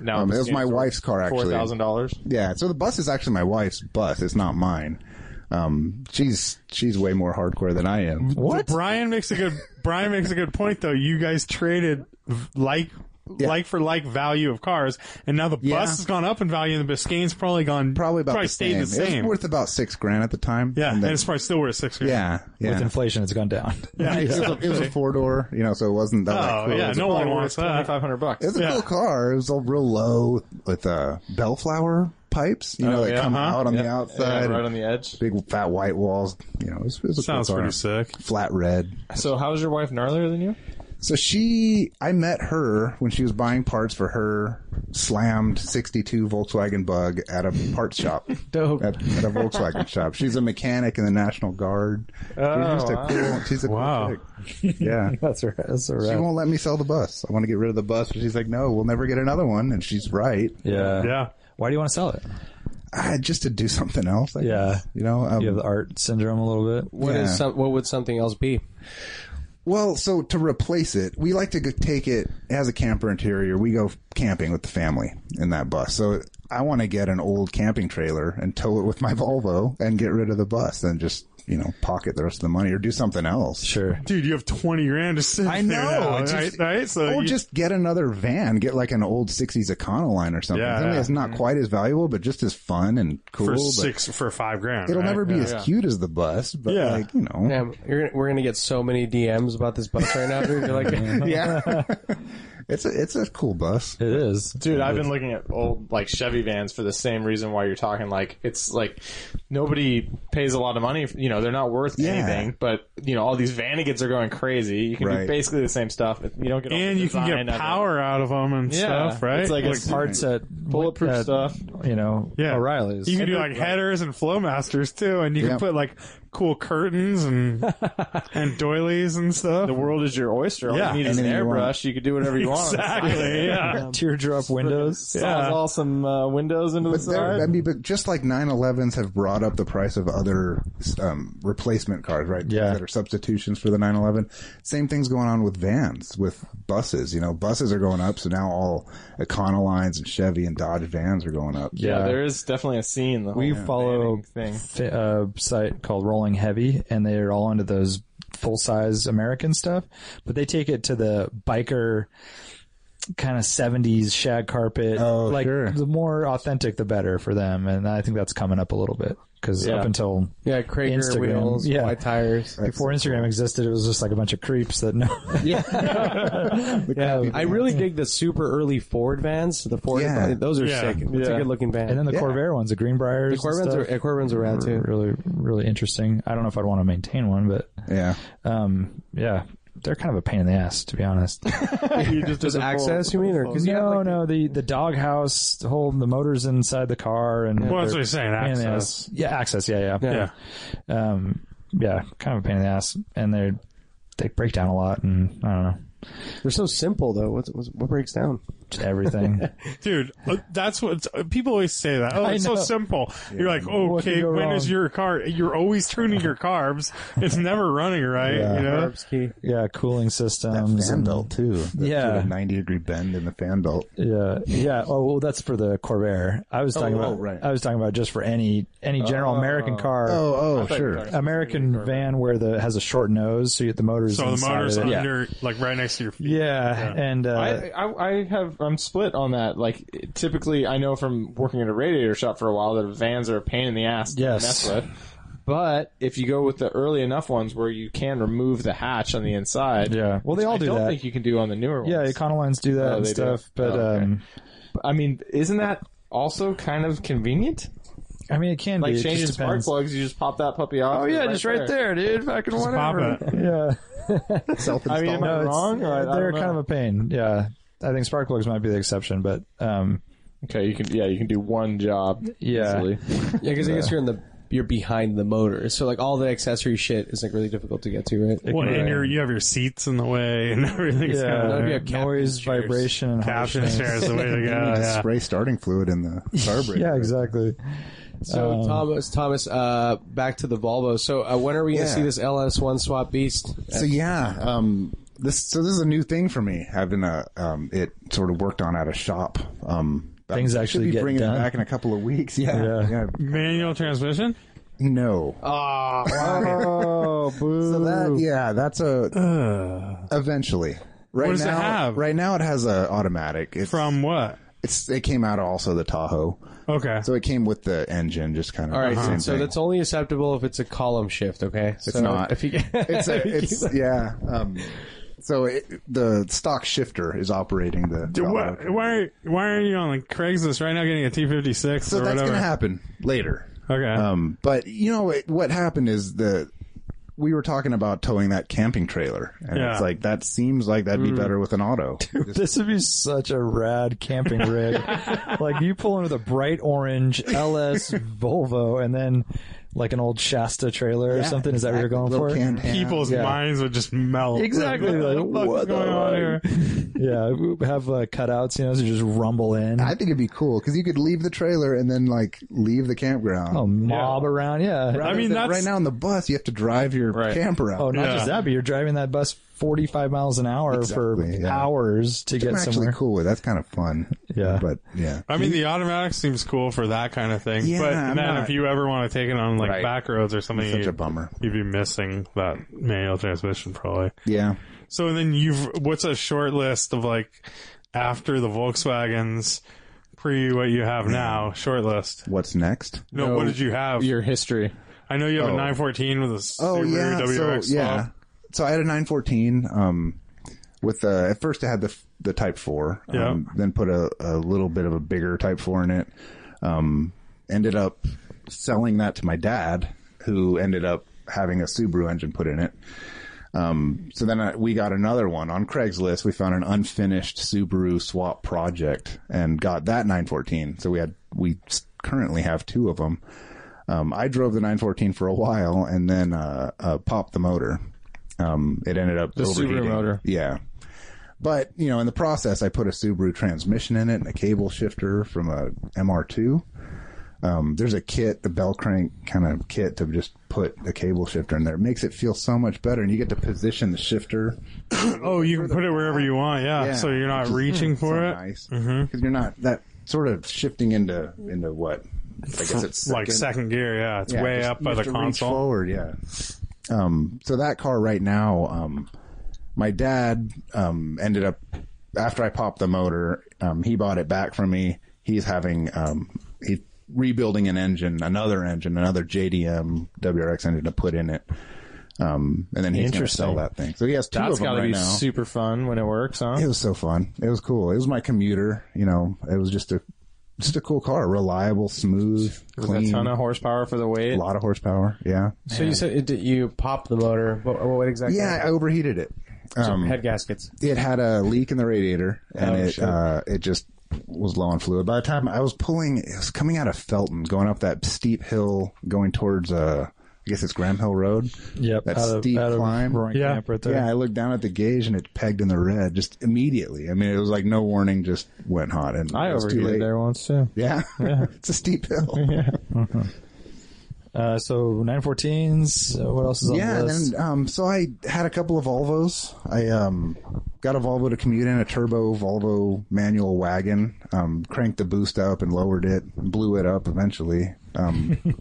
Now
Um, it was my wife's car,
Four
actually.
thousand dollars.
Yeah, so the bus is actually my wife's bus. It's not mine. Um, she's she's way more hardcore than I am.
What? Brian makes a good Brian makes a good point though. You guys traded v- like like for like value of cars, and now the
Yeah.
bus has gone up in value, and the Biscayne's probably gone
Probably about
probably
the
stayed
same.
the
It
same.
was worth about six grand at the time.
yeah,
And
and
then-
it's probably still worth six grand.
yeah, yeah.
With inflation, it's gone down.
Yeah, It was a, four door, you know, so it wasn't that.
Oh
cool.
yeah, no one wants
Twenty
that.
five hundred bucks.
It was a
Yeah.
cool car. It was all real low with uh, bellflower pipes, you know, that
yeah,
come
uh-huh.
out on the
Yeah,
outside.
right on the edge.
Big fat white walls. You know, it was, it was a
Sounds
cool car.
pretty sick.
Flat red.
So, how is your wife gnarlier than you?
So she, I met her when she was buying parts for her slammed 62 Volkswagen bug at a parts shop.
Dope.
At, at a Volkswagen shop. She's a mechanic in the National Guard.
Oh,
she's just
wow.
a cool, she's a cool
Wow.
chick. Yeah.
That's right. That's all
She
right.
won't let me sell the bus. I want to get rid of the bus, but she's like, no, we'll never get another one. And she's right.
Yeah.
Yeah.
Why do you want to sell it?
I, just to do something else. I
Yeah.
guess. You know, um,
You have the art syndrome a little bit.
What is
Yeah.
some, what would something else be?
Well, so to replace it, we like to go take it it has a camper interior. We go camping with the family in that bus. So I want to get an old camping trailer and tow it with my Volvo and get rid of the bus and just you know, pocket the rest of the money or do something else.
Sure.
Dude, you have 20 grand to sit
I
there
know.
now,
it's
right?
just-
right? So
or
you-
just get another van, get like an old '60s Econoline or something.
Yeah,
Something
yeah.
that's not quite as valuable, but just as fun and cool.
for
but
six, for five grand.
it'll
right?
never be
Yeah.
as cute as the bus, but
Yeah.
like you know,
Damn, you're, gonna- we're gonna get so many DMs about this bus right now. Dude. You're like,
yeah, it's a it's a cool bus.
It is.
Dude, I've been looking at old like Chevy vans for the same reason why you're talking. Like it's like nobody pays a lot of money. You know, they're not worth
Yeah.
anything. But you know, all these vanigans are going crazy. You can do
Right.
basically the same stuff. You don't get all
And
the
you can
design
get
of it.
power out of them and
Yeah.
stuff, right?
It's like
It's parts at
bulletproof
at,
stuff.
You know,
yeah.
O'Reilly's.
You can do like headers and flow masters too, and you can
Yep.
put like cool curtains and and doilies and stuff.
The world is your oyster. All
Yeah.
you need is an
Anything you want.
airbrush. You, could do whatever you want.
exactly. Yeah.
teardrop windows.
Saws all some uh, windows into the
But there,
side.
I mean, but just like 911s have brought up the price of other um, replacement cars, right?
Yeah.
That are substitutions for the 911. Same thing's going on with vans, with buses. You know, buses are going up, so now all Econolines and Chevy and Dodge vans are going up.
yeah, there is definitely a scene. The whole
We follow
vanning thing.
fi- uh, site called Rolling Heavy, and they're all into those full size American stuff, but they take it to the biker kind of 70s shag carpet.
Oh,
like
sure.
the more authentic, the better for them. And I think that's coming up a little bit because
Yeah.
up until
yeah, Krager
Instagram,
wheels,
yeah.
white tires.
before Instagram existed, it was just like a bunch of creeps that know. yeah.
I really dig the super early Ford vans. The Ford,
Yeah.
those are
Yeah.
sick. It's
Yeah.
a good looking van.
And then the
Yeah.
Corvair ones, the Greenbriers.
the Corvettes are,
and stuff,
yeah, Corvettes are rad too.
really, really interesting. I don't know if I'd want to maintain one, but
Yeah.
um, yeah, they're kind of a pain in the ass, to be honest.
You just
Does access you mean? Or, cause you have,
no,
like,
no, the the doghouse holding the motors inside the car and
Well, that's
they're
what I'm saying.
pain in the
Access.
ass. Yeah, access. Yeah, yeah,
Yeah.
yeah. Um, yeah, kind of a pain in the ass, and they they break down a lot, and I don't know,
They're so simple though. What's, what's, what breaks down?
just everything.
Dude, uh, that's what uh, people always say that. Oh,
I
it's so
know.
simple. You're like,
What could
okay,
go
when is
wrong?
your car? You're always tuning your carbs. It's never running right, you know?
Carbs key.
yeah, cooling
That
systems.
fan
and-
belt too. That
Yeah.
sort of 90 degree bend in the fan belt.
Yeah, yeah. Oh, well, that's for the Corvair. I was talking
oh,
about.
right.
I was talking about just for any any general American car.
Oh, oh,
thought you were
sure.
talking-
American van where the has a short nose, so you get the motors.
So the
inside
motor's
of it. yeah.
under, like right next to your feet.
Yeah, and uh,
I, I I have I'm split on that. Like typically, I know from working at a radiator shop for a while that vans are a pain in the ass to
Yes.
mess with. But if you go with the early enough ones where you can remove the hatch on the inside,
yeah. Well, they
which
all
I
do
don't
that.
think you can do on the newer ones.
yeah, Econolines do that
Oh,
and
they do.
stuff. But
Oh, okay.
um,
I mean, isn't that also kind of convenient?
I mean, it can
Like
be. It
changing
just
spark
depends.
plugs, you just pop that puppy off.
Oh yeah, just right there, dude. Fucking
Just pop
whatever.
it.
Yeah.
Self
I mean,
installed.
no, wrong? Or I- I don't
they're
know.
kind of a pain. Yeah. I think spark plugs might be the exception, but um,
Okay, you can yeah, you can do one job
Yeah.
easily.
Yeah, because I guess you're in the you're behind the motor, so like all the accessory shit is like really difficult to get to, right?
Well, and your you have your seats in the way and everything's
yeah,
kind of
That'd be a
there.
captain
noise,
chairs.
vibration, and
Captain
harshness.
chair is the way to go.
Oh,
yeah.
Spray starting fluid in the carburetor.
Yeah, exactly.
So Thomas, Thomas, uh, back to the Volvo. So uh, when are we gonna
Yeah.
see this LS1 Swap Beast?
So yeah, um, this so this is a new thing for me having a um, it sort of worked on at a shop. Um, I
Things
should
actually
be
get
bringing
done.
it back in a couple of weeks. Yeah,
Yeah.
Manual transmission?
no.
Ah,
Oh, boo!
so that yeah, that's a eventually. Right
does it
now,
have?
right now it has a automatic. It's,
From what?
it's it came out also the Tahoe,
Okay.
so it came with the engine, just kind of
all right.
the
so-
same
So
thing.
that's only acceptable if it's a column shift. Okay,
It's not.
If you,
it's a, it's yeah. Um, so it, the stock shifter is operating the.
Dude, why,
the-
why, why are you on like Craigslist right now getting a T56
so
or
that's
whatever?
gonna happen later.
Okay.
Um, but you know it, what happened is the we were talking about towing that camping trailer, and
Yeah. Mm.
it's like that seems like that'd be better with an auto.
This would be such a rad camping rig. like you pull into the bright orange LS Volvo, and then like an old Shasta trailer or something. Is that what you're going
Little
for?
canned ham.
People's minds would just melt.
Exactly, like,
fuck's
what the
going on here?
Yeah, we have uh, cutouts, you know, so just rumble in.
I think it'd be cool because you could leave the trailer and then like leave the campground.
a mob around. Yeah.
I mean,
Rather than
that's-
right now on the bus, you have to drive your camper out.
Oh, not
Yeah.
just that, but you're driving that bus 45 miles an hour for
Exactly, yeah.
hours to
I'm
get
actually
somewhere.
cool with. That's kind of fun.
Yeah.
but yeah,
I mean, the automatic seems cool for that kind of thing.
Yeah,
but
I'm
man,
not-
if you ever want to take it on like
Right.
back roads or something,
such
you,
a bummer.
would be missing that manual transmission probably.
Yeah,
So then you've what's a short list of like after the Volkswagens, pre what you
Mm.
have now, short list.
what's next?
No,
No,
what did you have?
Your history.
I know you have a 914 with a
Oh
Subaru
yeah,
WRX.
so yeah. So I had a 914. Um, with the at first I had the the Type Four. Um,
Yeah.
Then put a, a little bit of a bigger Type Four in it. Um, ended up selling that to my dad, who ended up having a Subaru engine put in it. Um, so then I, we got another one on Craigslist. We found an unfinished Subaru swap project and got that 914. So we had we s- currently have two of them. Um, I drove the 914 for a while and then uh, uh, popped the motor. Um, it ended up
The Subaru
overheating.
motor.
Yeah. But you know, in the process, I put a Subaru transmission in it and a cable shifter from a MR2. Um, there's a kit, a bell crank kind of kit to just put a cable shifter in there. It makes it feel so much better, and you get to position the shifter.
Oh, you can put it wherever you want. Yeah.
Yeah.
So you're not reaching
so
for it. Mm-hmm.
nice because you're not that sort of shifting into into what I guess it's
Like second gear, yeah. It's
Yeah,
way
just-
up
you
by
have
the
to reach
console.
forward, yeah. Um, so that car right now, um, my dad um, ended up after I popped the motor. Um, he bought it back from me. He's having um, he's rebuilding an engine, another engine, another JDM WRX engine to put in it. Um, and then he's going to
Interesting.
sell that thing. So he has two
That's
of them
got to
right
be
now.
super fun when it works, huh?
it was so fun. It was cool. It was my commuter. You know, it was just a just a cool car, reliable, smooth,
There's a
clean,
ton of horsepower for the
a
weight.
lot of horsepower. Yeah.
So you said it, did you popped the motor, but what exactly?
Yeah, I overheated it. Um,
Head gaskets.
it had a leak in the radiator, and
Oh,
it
shit.
uh, it just was low on fluid. By the time I was pulling, it was coming out of Felton, going up that steep hill, going towards uh, I guess it's Graham Hill Road.
Yep.
that
out of-
steep
out of
climb.
Roaring
Yeah.
Camp right there.
Yeah, I looked down at the gauge and it pegged in the red just immediately. I mean, it was like no warning, just went hot, and
I
it was too
overheated
late.
there once too.
Yeah, it's a steep hill. Yeah,
Uh, so 914s. Uh, what else is on the
and
list?
then um, so I had a couple of Volvos. I um, got a Volvo to commute in, a turbo Volvo manual wagon. Um, cranked the boost up and lowered it, blew it up eventually. Um,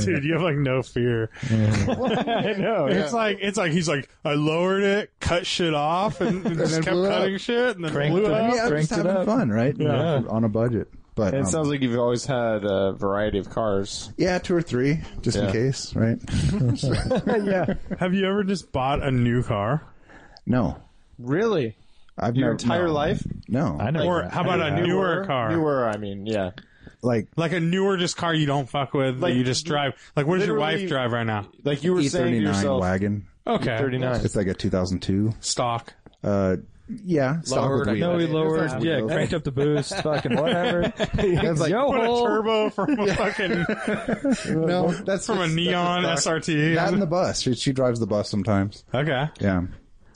Dude, you have like no fear.
I know.
It's like it's like he's like I lowered it, cut shit off, and, and just
then
kept
blew it up.
cutting shit, and then
Cranked
blew
it
it
up.
up.
yeah, I'm
cranked
just
it
having
up.
fun, right?
Yeah.
on a budget. But
It
um,
sounds like you've always had a variety of cars.
yeah, two or three, just in
Yeah.
case, right?
Have you ever just bought a new car?
No,
Really?
I've
Your
never-
entire
no.
life?
No,
I know.
Or how about a newer, car?
Newer, I mean, yeah.
like
Like a newer just car you don't fuck with
Like,
that you just drive. Like what does your
literally-
wife drive right now?
Like you were saying to
E39
yourself,
E wagon.
Okay.
39.
It's like a 2002.
Stock.
Uh, yeah, stock
Lowered,
with
I
wheels.
No, we
Yeah.
lowered. Yeah,
Yeah.
cranked up the boost. fucking whatever. It's
like,
yo
Put a
ho.
turbo from a fucking
No, that's
from a neon SRT.
That and the bus. She, she drives the bus sometimes.
okay.
Yeah.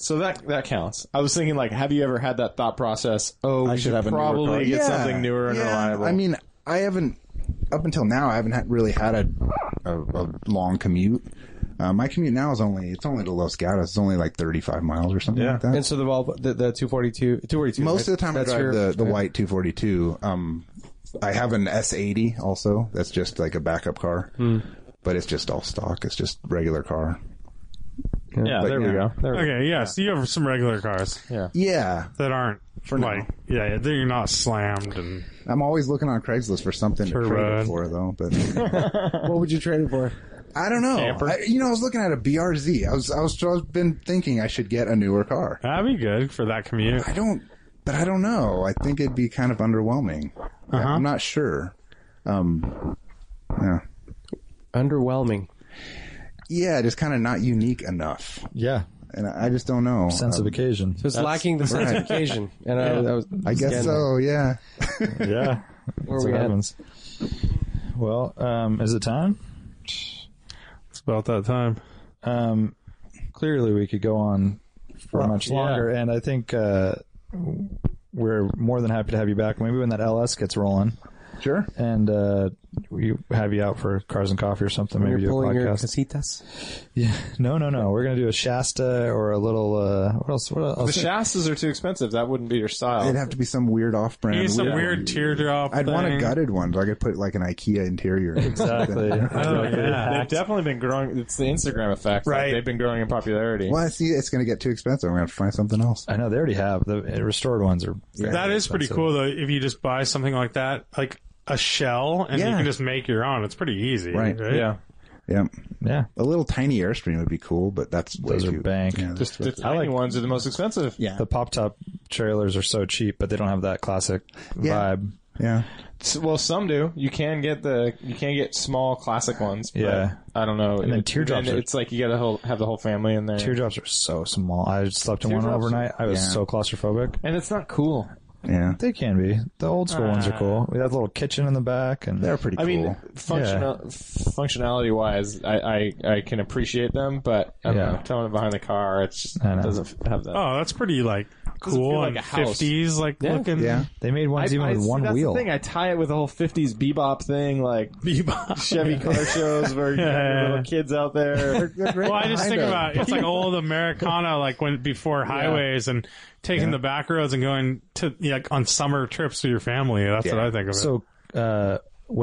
So that that counts. I was thinking, like, have you ever had that thought process? Oh, we should,
should have a newer
probably get
Yeah.
something newer and
Yeah.
reliable.
I mean, I haven't up until now. I haven't had, really had a, a, a long commute. Uh, my commute now is only it's only to Los Gatos. It's only like thirty five miles or something like that.
And so the Volvo, the, the 242, 242.
Most
right?
of the time,
That's
I drive
your-
the the white two forty two. Um, I have an S eighty also. That's just like a backup car,
Hmm.
but it's just all stock. It's just regular car.
yeah,
but
there we
yeah.
go. There we go.
Okay, yeah, so you have some regular cars
Yeah,
that aren't
For now.
like yeah, they're not slammed and
I'm always looking on Craigslist for something to
Turbo.
trade it for, though. But
What would you trade it for?
I don't know. I, you know, I was looking at a BRZ. I was, I was, I've been thinking I should get a newer car.
that'd be good for that commute.
I don't, but I don't know. I think it'd be kind of underwhelming. I'm not sure. Um, yeah,
Underwhelming.
yeah, just kind of not unique enough,
Yeah.
and I I just don't know.
Sense of
Um,
occasion.
So it's lacking the sense
Right.
of occasion. And I, I was,
I guess
again,
so. Yeah.
Yeah.
Where
That's
we
what
at?
happens. Well, um, is it time?
It's about that time.
Um, clearly, we could go on for much longer, and I think uh, we're more than happy to have you back. Maybe when that LS gets rolling,
Sure.
and uh, we have you out for cars and coffee or something.
When
maybe
you're
do a
pulling your
podcast.
casitas.
yeah. No, no, no. We're gonna do a Shasta or a little. uh What else? What
The
else?
Shastas are too expensive. That wouldn't be your style.
It'd have to be some weird off-brand.
He's some
one.
weird teardrop.
I'd want a
thing.
gutted one. so I could put like an IKEA interior.
Exactly.
Oh, yeah.
They've definitely been growing. It's the Instagram effect. Like,
Right.
they've been growing in popularity.
well, I see it's going to get too expensive. I'm going to find something else.
I know they already have the uh, restored ones are. very
That is pretty
expensive.
cool though. If you just buy something like that, like a shell, and you
Yeah.
can just make your own. It's pretty easy,
Right.
Yeah.
Yeah,
Yeah,
a little tiny airstream would be cool, but that's way
Those are
too-
bank.
Yeah,
Just
that's-
the tiny ones are the most expensive.
yeah,
the pop top trailers are so cheap, but they don't have that classic
Yeah.
vibe.
yeah.
S- Well, some do. You can get the you can get small classic ones. but
Yeah.
I don't know.
then
It-
teardrops
then
are-
It's like you gotta whole, have the whole family in there.
Teardrops are so small. I slept in one
Teardrops are-
overnight. I was
yeah.
so claustrophobic.
and it's not cool.
yeah.
They can be. The old school ones are cool. We have a little kitchen in the back, and
They're pretty
I
cool.
mean,
mm-hmm.
functional, functionality wise, I, I I can appreciate them, but I don't
Yeah.
know, towing it behind the car, it's just,
I know.
it doesn't have that.
Oh, that's pretty like cool
feel like
and
a house.
fifties like looking.
yeah,
they made ones even with
see,
one
that's
wheel.
The thing. I tie it with the whole '50s bebop thing, like
Bebop.
Chevy car shows where you
Yeah.
have little kids out there.
Well, I just think
Kinda.
about it's like old Americana, like when before highways and taking the back roads and going to yeah, like on summer trips with your family. That's what I think of it.
So uh,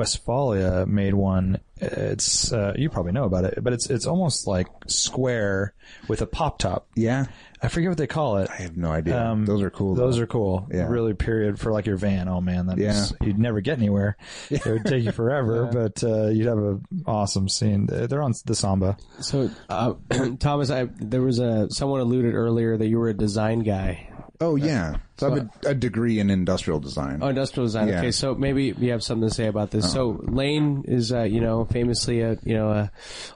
Westphalia made one. It's uh, you probably know about it, but it's it's almost like square with a pop top.
yeah.
I forget what they call it. Um,
I have no idea. those are cool.
Those are cool.
Yeah.
Really, period for like your van. Oh man, that
Yeah.
is, you'd never get anywhere. It would take you forever, but uh, you'd have an awesome scene. They're they're on the Samba.
So, uh, Thomas, I, there was a someone alluded earlier that you were a design guy.
Oh yeah. So I have a, a degree in industrial design.
Oh, industrial design.
Yeah. Uh-huh.
Okay, so maybe you have something to say about this. So Lane is, uh, you know, famously a you know a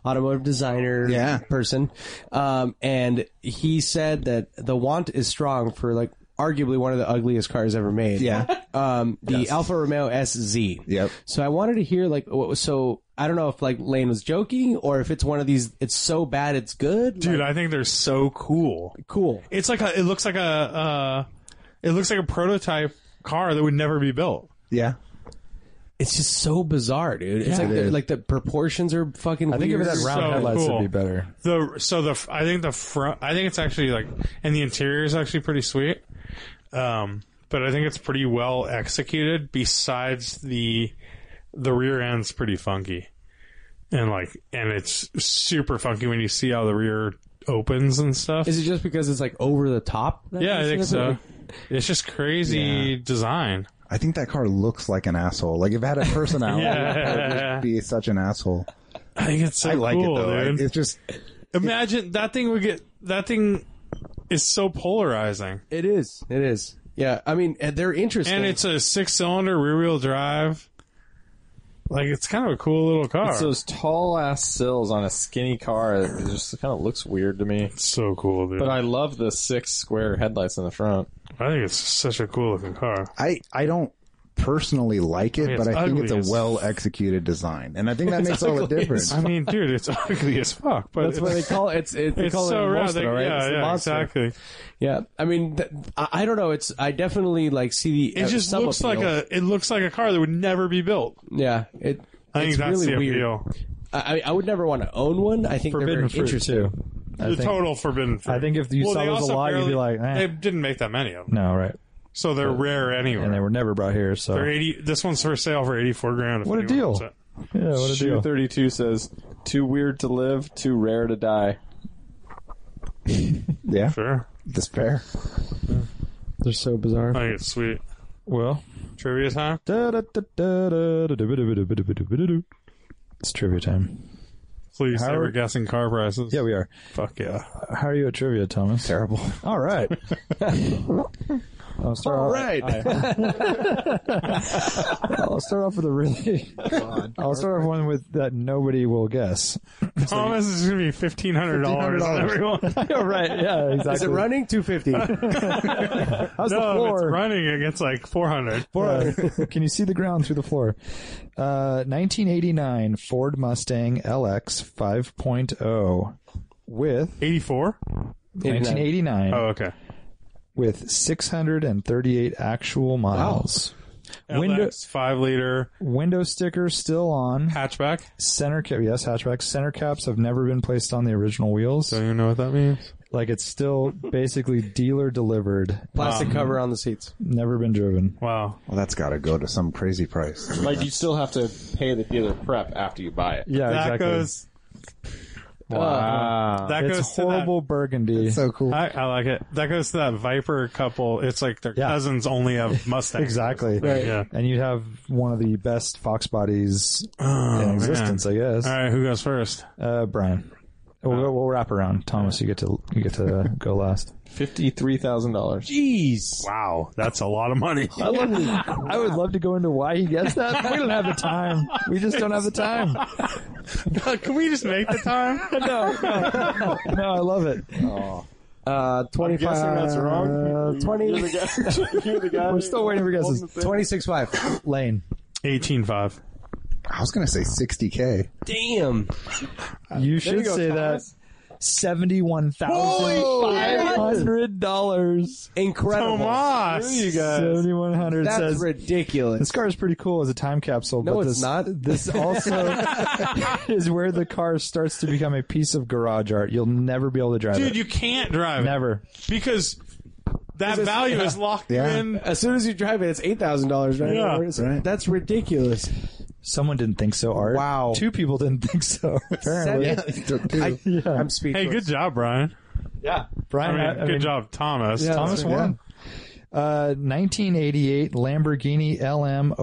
automotive designer
Yeah.
person, um, and he said that the want is strong for like arguably one of the ugliest cars ever made.
Yeah.
um, the Alfa Romeo SZ.
Yep.
So I wanted to hear like what was so. I don't know if like Lane was joking or if it's one of these. It's so bad, it's good.
Dude,
Like,
I think they're so cool.
cool.
It's like a, it looks like a uh, it looks like a prototype car that would never be built.
yeah.
It's just so bizarre, dude. It's like the, like the proportions are fucking.
I think if it
weird.
had round
So
headlights,
cool.
it'd be better.
The so the I think the front I think it's actually like and the interior is actually pretty sweet. Um, but I think it's pretty well executed. Besides the the rear end's pretty funky, and like and it's super funky when you see how the rear opens and stuff.
Is it just because it's like over the top? that
yeah, I
makes
think
it
so.
look-
It's just crazy design.
I think that car looks like an asshole. Like if it had a personality, it
Yeah,
would be such an asshole.
I think it's so
I like
cool,
it though.
dude.
Like, It's just
Imagine that thing would get that thing is so polarizing,
It is. It is. Yeah, I mean, and they're interesting.
and it's a six-cylinder rear-wheel drive. Like it's kind of a cool little car.
It's
so,
those tall ass sills on a skinny car. It just kind of looks weird to me.
cool, dude.
But I love the six square headlights in the front.
I think it's such a cool looking car.
I I don't personally like it,
mean,
but
it's
I think
ugly
it's
as-
a well executed design, and I think that makes all the difference.
I mean, dude, it's ugly as fuck, but
That's
it's,
what they call it. It's, it, they
it's
call it
so
a
rad.
monster,
They-
right?
Yeah,
it's the
yeah,
monster.
exactly.
yeah, I mean, th- I, I don't know. It's I definitely like see the. uh,
It just looks like a it looks like a car that would never be built.
yeah. It.
I think
it's
that's
really
the
weird.
appeal.
I, I would never want to own one. I think they're
Forbidden fruit
very interesting.
too. I
The
think,
total forbidden. Fruit.
I think if you
well,
saw
they
those a
also
lot,
barely,
you'd be like, eh.
they didn't make that many of them,
no, right?
so they're rare anyway.
And they were never brought here. So
They're eighty. This one's for sale for eighty-four grand. if
What a
anyone
deal.
wants it.
yeah, what a
Shoe
deal.
32 says, too weird to live, too rare to die.
yeah,
Sure.
that's fair.
They're so bizarre.
I think it's sweet.
Well,
Trivia time.
it's trivia time.
Please say
Howard-
we're guessing car prices.
Yeah, we are.
Fuck yeah.
How are you at trivia, Thomas?
Terrible.
All right. I'll start All right. I'll start off with a really. I'll start off one with that nobody will guess.
Thomas is gonna be fifteen hundred dollars on everyone.
All right. Yeah. Exactly.
Is it running two fifty?
How's the
no, if it's
floor?
running. It gets like four hundred.
Floor. Can you see the ground through the floor? Uh, 1989 Ford Mustang LX 5.0 with
Eighty-four.
1989
Oh, okay.
with 638 actual miles. Window,
LX, five liter
window sticker still on.
hatchback.
Center cap, yes, hatchback. Center caps have never been placed on the original wheels.
Don't even know what that means.
Like it's still basically dealer delivered,
Plastic cover on the seats.
never been driven.
Wow.
Well, that's got to go to some crazy price.
Like you still have to pay the dealer prep after you buy it.
Yeah,
that
exactly.
goes.
Ah.
Wow.
That goes
it's
to that-
horrible burgundy.
so cool.
I, I like it. That goes to that Viper couple. It's like their
Yeah.
cousins only have Mustangs.
exactly.
Yeah.
And you'd have one of the best fox bodies
Oh,
in
man.
existence, I guess.
All right, Uh, who goes first?
Uh, Brian, we'll, we'll wrap around. Thomas, you get to you get to go last.
Fifty-three thousand dollars.
Jeez. Wow, that's a lot of money.
I love. I would love to go into why he gets that. We don't have the time. We just don't have the time.
Can we just make the time?
No, no, no, I love it.
Uh, 25.
guessing that's wrong.
Uh, 20,
You're the guy. You're the guy
Uh, We're still waiting for guesses.
26.5.
Lane,
Eighteen five.
I was going to say 60K.
Damn.
Uh, you should say that. Seventy-one thousand five hundred dollars.
Incredible.
Tomas.
Seventy-one hundred
That's
says
ridiculous.
This car is pretty cool as a time capsule.
No,
but
it's
this,
not.
This also is where the car starts to become a piece of garage art. You'll never be able to drive
Dude,
it.
you can't drive it
never.
because that value is locked
Yeah.
in.
As soon as you drive it, it's $8,000, right?
Yeah.
It's-
Right.
That's ridiculous.
Someone didn't think so, Art.
Wow.
Two people didn't think so. Apparently.
Seven- I, am speechless.
Hey, good job, Brian. I
Brian,
mean,
I- I
good
mean,
job, Thomas.
Yeah,
Thomas
that's right.
won. Uh, 1988 Lamborghini LM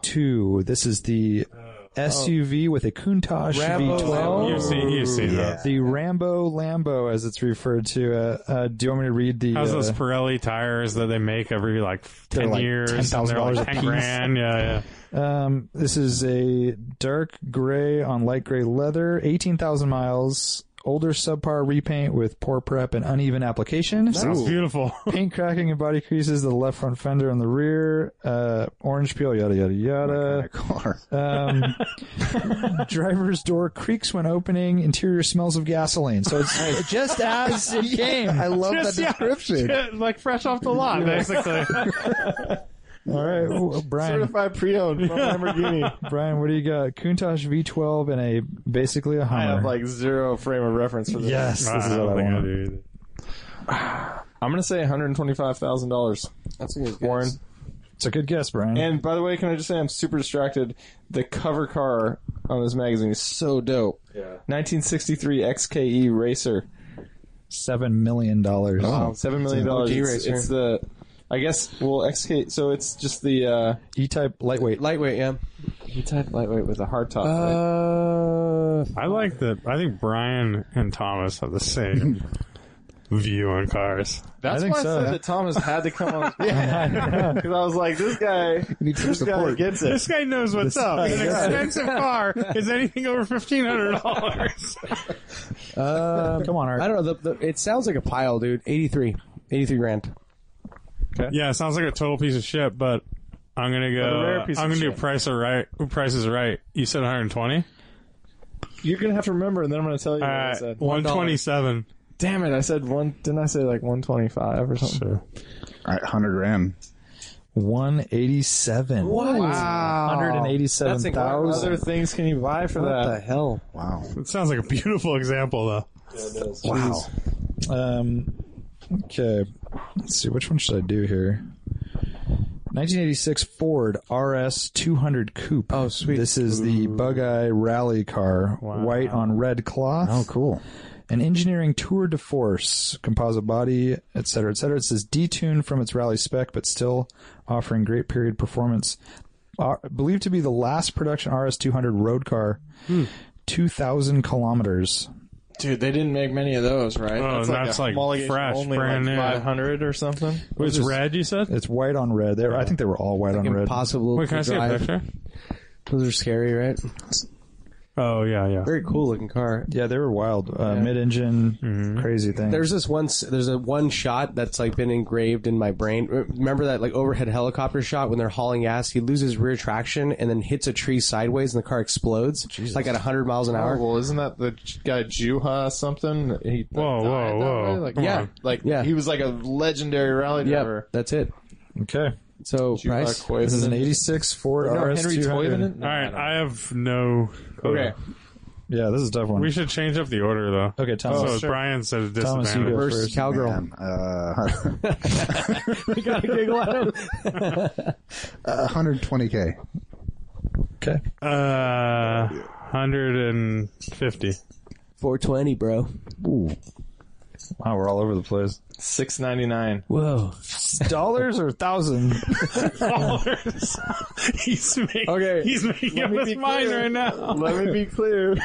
002. This is the SUV with a Countach
Oh. Rambo
V12.
You've seen, you've seen that.
The Rambo Lambo, as it's referred to. Uh, uh, do you want me to read the?
How's
uh,
those Pirelli tires that they make every like ten
like
years? and
$10,000
they're like
a
10
piece.
grand. Yeah, yeah.
Um, this is a dark gray on light gray leather, 18,000 miles, older subpar repaint with poor prep and uneven application.
Sounds beautiful.
Paint cracking and body creases to the left front fender and the rear, uh, orange peel, yada, yada, yada.
car.
Um, driver's door creaks when opening, interior smells of gasoline. So it's just as it came.
I love
Just,
that
yeah.
description.
like fresh off the lot, basically.
All right, well, Brian,
Certified pre-owned from Lamborghini.
Brian, what do you got? Countach V12 and a, basically a Hummer.
I have like zero frame of reference for this.
yes, this is what I want.
I'm gonna say one hundred twenty-five thousand dollars.
That's a good guess.
Warren.
It's a good guess, Brian.
And by the way, can I just say I'm super distracted? The cover car on this magazine is so dope. Yeah. 1963 XKE E Racer.
seven million dollars.
Oh.
Seven million
an
dollars.
OG
It's,
racer.
it's the, I guess. Well, XK. So it's just the uh,
E-type E lightweight.
Lightweight, yeah.
E-type lightweight with a hard top. right?
Uh,
I like that. I think Brian and Thomas have the same view on cars.
That's
I think
why
so,
I said
yeah.
that Thomas had to come on. yeah. Because I was like, this guy,
Need some
this guy
support.
gets it.
This guy knows what's up. An expensive car is anything over fifteen hundred dollars.
Come on, Art.
I don't know. The, the, it sounds like a pile, dude. 83. 83 grand.
Yeah, it sounds like a total piece of shit, but I'm gonna go.
rare piece
I'm
of
gonna do
shit.
price or right. Price is right. You said 120.
You're gonna have to remember, and then I'm gonna tell you
All
what I
right,
said.
127.
Damn it! I said one. Didn't I say like 125 or something?
All right, 100 grand.
One eighty-seven. What?
Wow.
Hundred and eighty-seven
What
thousand.
other things can you buy for
What the
that?
hell?
Wow.
It sounds like a beautiful example, though.
Wow.
Um. Okay. Let's see. Which one should I do here? 1986 Ford RS 200 Coupe.
Oh, sweet.
This is the Bug Eye Rally car, white on red cloth.
Oh, cool.
an engineering tour de force, composite body, etc., cetera, etc. It says detuned from its rally spec, but still offering great period performance. Are- believed to be the last production RS200 road car, 2,000 kilometers.
Dude, they didn't make many of those, right?
Oh, that's
a
like
homologation
fresh,
only
brand
like
new.
500 or something.
It's red. You said.
It's white on red. They were, I think they were all white on red.
Impossible.
Wait, can I
to
see a
drive.
picture?
Those are scary, right?
Oh yeah, yeah.
Very cool looking car.
Yeah, they were wild. Uh, Mid-engine, crazy thing.
There's this one. s- There's a one shot that's like been engraved in my brain. Re- Remember that like overhead helicopter shot when they're hauling ass? He loses rear traction and then hits a tree sideways and the car explodes. Like at 100 miles an hour.
Oh, well, isn't that the j- guy Juha something? He
Whoa,
died
whoa,
that
whoa.
way? Like,
Come
yeah,
on.
like
Yeah.
he was like a legendary rally
yeah,
driver.
that's it.
okay.
So
Price?
price.
This is an '86 Ford RS
Henry
200.
Toivonen?
All right, I have no. clue.
Okay.
Yeah, this is a tough one.
We should change up the order though.
Okay, Thomas.
So
Oh, sure.
Brian said a
Thomas, you
disadvantage.
go
First,
first.
cowgirl.
Man, uh,
we gotta giggle at him.
120k.
Okay.
Uh, hundred and fifty.
420, bro.
Ooh,
Wow, we're all over the place.
Six ninety nine.
Whoa.
Dollars or thousand?
dollars. he's making.
Okay,
He's making up his mind right now.
Let me be clear.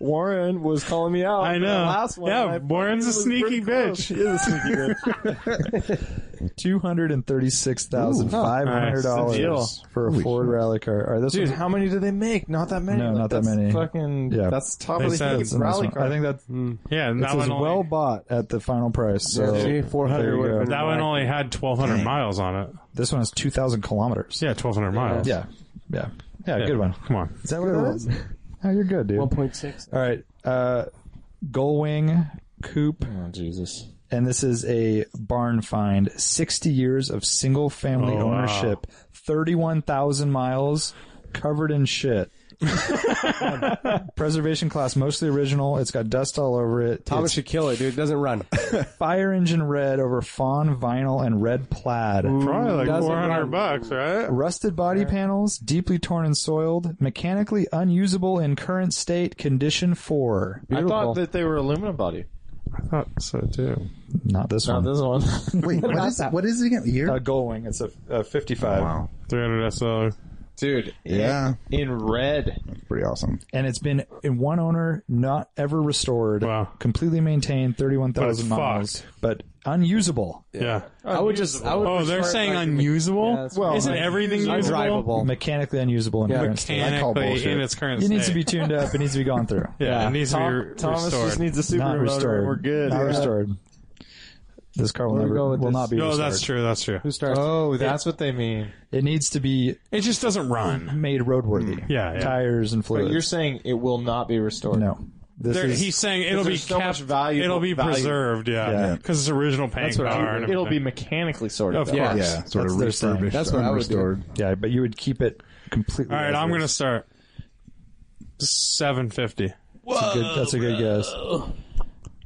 Warren was calling me out.
I
for the
know.
last one.
Yeah,
I-
Warren's a
was
sneaky
pretty close.
bitch.
He is a sneaky bitch.
Two hundred and thirty-six thousand five hundred
Nice. Deal.
dollars for a Ford rally car. All right, this
Dude,
one.
how many do they make? Not that many.
No,
Like,
not that
that's
many.
Fucking
Yeah.
That's top
They
of the
said
heap.
it's
this
Rally
one.
car.
I think that
Yeah, and that
this
one
is
only,
well bought at the final price. So
see, 400
there you
would've
go.
been-
that one only had twelve hundred miles on it.
This one is two thousand kilometers.
Yeah, twelve hundred miles.
yeah, yeah, yeah. Good one.
Come on.
Is that what it is? Oh, you're good, dude.
1.6.
All right. Uh, Gullwing Coupe.
Oh, Jesus.
And this is a barn find. 60 years of single family
Oh, wow.
ownership. 31,000 miles covered in shit. Preservation class, mostly original. It's got dust all over it.
Thomas
It's
should kill it, dude. It doesn't run.
fire engine red over fawn vinyl and red plaid.
Probably like
Doesn't
four hundred
run.
bucks, right?
Rusted body panels, deeply torn and soiled, mechanically unusable in current state, condition four.
I thought that they were aluminum body.
I thought so too.
Not this
Not
one.
this one.
wait, what is what is it again? Year?
uh, Gullwing. It's a, a 55.
wow,
Three hundred SL.
Dude.
Yeah.
In, in red.
pretty awesome.
and it's been in one owner, not ever restored.
Wow.
Completely maintained, thirty-one thousand
But it's
miles,
fucked.
but unusable.
Yeah.
I would just. I would
Oh, they're
prefer,
saying
like,
unusable.
Yeah, that's
well,
right.
isn't everything usable?
undrivable.
Mechanically unusable in
Yeah.
current state.
Mechanically
I call bullshit.
in its current
It needs to
state.
be tuned up. It needs to be gone through.
Yeah, it needs to be re-
Thomas
restored.
just needs a super
not
motor
restored.
and we're good.
Not restored. This car will
Where we
never
going
will
with this?
not be
no,
restored.
that's true. That's true.
Who starts?
Oh, that's what they mean.
It needs to be
It just doesn't run.
made roadworthy.
Mm. Yeah, yeah.
Tires and
But
fluids.
you're saying it will not be restored.
no. This
There-
is
he's saying it'll be
there's so
kept,
much valuable
it'll be
value.
preserved, yeah,
Yeah.
because it's original paying
That's what
car.
I
and
It'll be
everything.
mechanically sorted.
Of
out.
course.
Yeah, sort
That's
of
their thing.
refurbished,
That's what I would do.
unrestored.
yeah, but you would keep it completely.
All right,
as
I'm
is.
gonna start. Seven fifty.
That's a good, that's a good guess.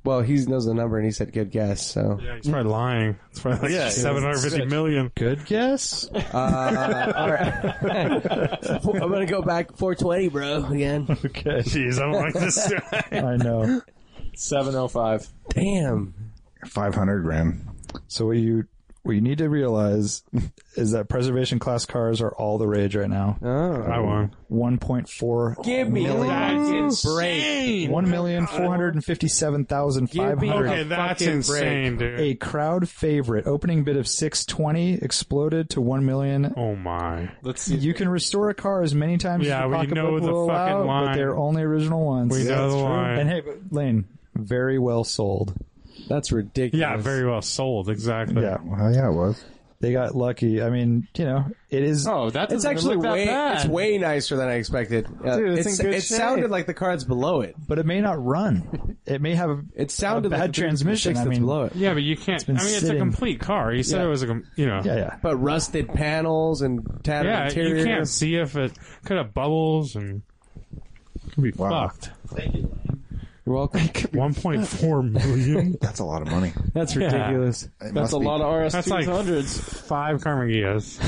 Well, he knows the number and he said good guess. So
Yeah, he's probably lying. It's probably like seven hundred fifty million.
Good guess.
uh, all right. I'm gonna go back 420, bro. Again.
Okay.
Jeez, I don't like this.
I know.
705.
Damn.
Five hundred grand.
So what you what you need to realize is that preservation class cars are all the rage right now.
Oh.
I won.
1.4
Give me a
That's insane.
1,457,500.
Okay, that's
fucking
insane, dude.
A crowd favorite opening bid of 620 exploded to 1 million.
Oh my.
Let's see.
You can restore a car as many times
Yeah,
as
we
your pocketbook
know the
will
fucking
allow, but
line.
they're only original ones.
We know the line.
And hey, but Lane, very well sold.
That's ridiculous.
Yeah, very well sold. Exactly.
Yeah,
Well, Oh, yeah, it was.
they got lucky. I mean, you know, it is.
Oh, that
It's
doesn't
actually
look that
way
bad.
it's way nicer than I expected. Uh,
Dude, it's
it's-
in good
it
shape.
sounded like the cards below it.
but it may not run. It may have
It
a
sounded like
bad
the three-
transmission.
six
I
that's
mean,
below it.
Yeah, but you can't. I
been
mean, it's a
sitting-
complete car. He said it was a, com- you know.
yeah, yeah.
But rusted panels and tattered
Yeah,
interior.
you can't see if it could have bubbles and could be
Wow.
fucked.
You're welcome.
One point four million.
That's a lot of money.
That's ridiculous.
It
That's
must
a
be-
lot of RS
That's like
200s.
five Carmagias.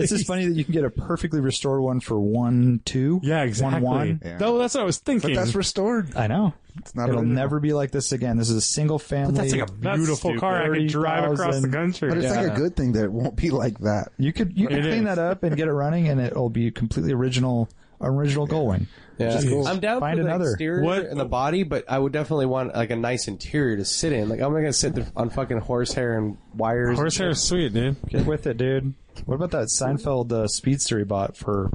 It's just funny that you can get a perfectly restored one for one two.
Yeah, exactly.
One one.
Yeah.
No, that's what I was thinking.
But that's restored.
I know.
not
It'll
original.
never be like this again. This is a single family.
That's like a beautiful car. I could drive across the
30,000.
country.
But it's like a good thing that it won't be like that.
You could you could
It is.
clean that up and get it running, and it'll be completely original, original Gullwing.
Yeah. I'm down
Find
for the
another.
exterior
What-
and the body, but I would definitely want like a nice interior to sit in. Like I'm not gonna sit there on fucking horsehair and wires.
Horsehair is sweet, dude.
Get with it, dude. What about that Seinfeld uh, speedster he bought for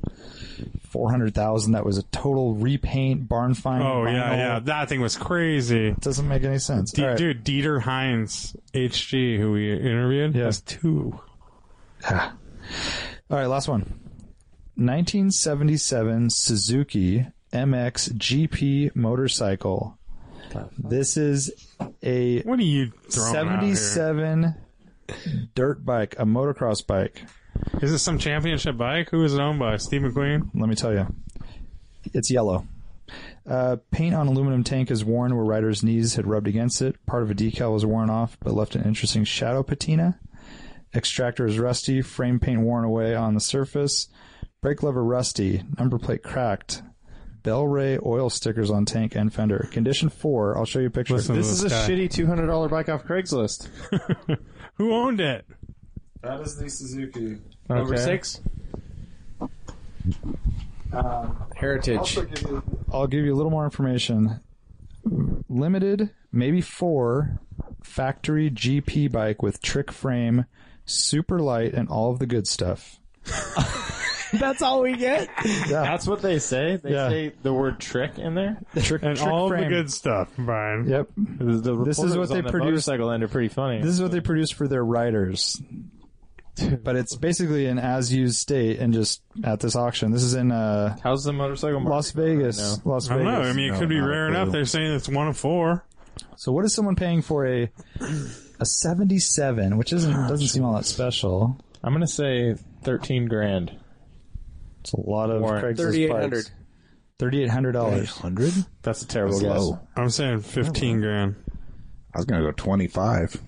four hundred thousand? That was a total repaint, barn find.
Oh yeah,
vinyl.
yeah. That thing was crazy.
Doesn't make any sense,
D-
All right.
Dude, Dieter Heinz, HG, who we interviewed,
Yeah.
has two.
All right, last one. 1977 Suzuki MX GP motorcycle. This is a
What are you throwing out here?
77 dirt bike, a motocross bike.
Is this some championship bike? Who is it owned by? Steve McQueen?
Let me tell you, it's yellow. Uh, paint on aluminum tank is worn where rider's knees had rubbed against it. Part of a decal was worn off, but left an interesting shadow patina. Extractor is rusty. Frame paint worn away on the surface. Brake lever rusty. Number plate cracked. Bell ray oil stickers on tank and fender. Condition four. I'll show you a picture.
Listen to
this is
this guy.
shitty two hundred dollar bike off Craigslist.
Who owned it?
That is the Suzuki.
Number
six.
Heritage.
I'll give you a little more information. Limited, maybe four, factory GP bike with trick frame, super light, and all of the good stuff.
That's all we get. That's what they say. They
Yeah.
say the word "trick" in there.
Trick,
And
trick
all
frame.
the good stuff, Brian.
Yep. This is what they produce.
Motorcycle end are pretty funny.
This is what they produce for their riders. But it's basically an as-used state, and just at this auction. This is in uh,
How's the motorcycle? market?
Las Vegas. Las
I
Vegas.
don't know. I mean, it could be
not a
rare enough.
clue.
They're saying it's one of four.
So what is someone paying for a a seventy-seven, which isn't doesn't seem all that special.
I'm gonna say thirteen grand.
It's a lot of
Warrant.
Craigslist
$3,800.
Thirty-eight hundred dollars.
Hundred?
That's a terrible
That's
guess.
low.
I'm saying 15 grand.
I was gonna go twenty five.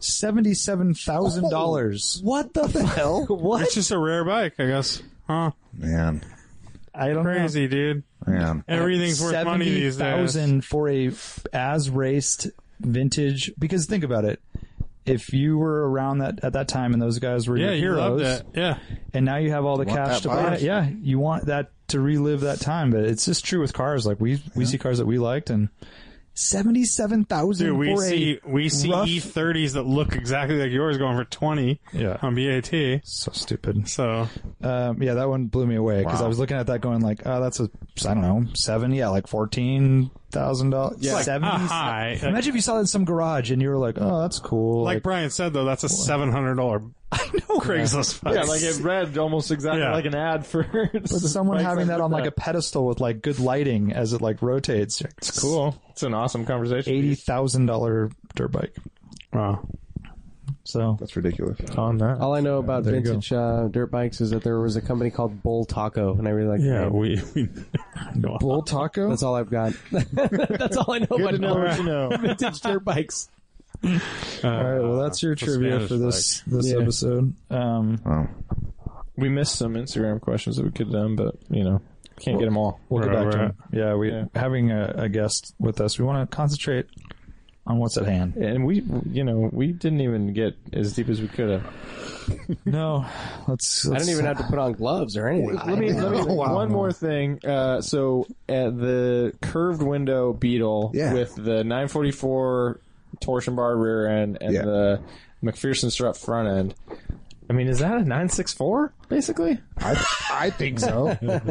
Seventy-seven thousand dollars.
What the hell? what?
It's just a rare bike, I guess. Huh?
Man.
I don't
Crazy, dude.
Man.
Everything's worth money these days.
Thousand for a as raced vintage. Because think about it. If you were around that at that time and those guys were
Yeah,
your
you loved
heroes,
it. Yeah.
and now you have all the
Want
cash
that
to buy
bike.
it, yeah, you want that to relive that time. But it's just true with cars. Like we we see cars that we liked and seventy-seven
Dude,
thousand
we
for
see we see
rough-
E30s that look exactly like yours going for 20
a yeah.
on BAT.
So stupid.
So
Um, yeah, that one blew me away because I was looking at that going like, oh, that's a, I don't know, seven, yeah, like fourteen thousand dollars, yeah, seventy.
ah, hi. Like,
Imagine if you saw that in some garage and you were like, oh, that's cool.
like Brian said though, that's a $700 Craigslist bike.
Yeah, like it read almost exactly
Yeah.
like an ad for
but someone having that on like a pedestal with like good lighting as it like rotates. It's
cool. It's an awesome conversation.
Eighty thousand dollar dirt bike.
Wow.
So
That's ridiculous.
on that.
All I know about
you
vintage uh, dirt bikes is that there was a company called Bull Taco, and I really like. the
Yeah,
name.
we, we
bull taco.
That's all I've got. That's all I know about
what you know.
vintage dirt bikes.
all right, well, that's your trivia
Spanish
for this this
Yeah.
episode. Um,
Oh.
We missed some Instagram questions that we could have done, but you know, can't get them all.
We'll get
Right,
back to
right.
him. Yeah, we
Yeah.
having a, a guest with us. We want to concentrate on what's at hand.
And we, you know, we didn't even get as deep as we could have.
No, let's.
I don't even have to put on gloves or anything.
Let me, let me one more thing. Uh, so uh, the curved window Beetle
Yeah.
with the 944 torsion bar rear end and
Yeah.
the McPherson strut front end. I mean, is that a 964 basically?
I I think so.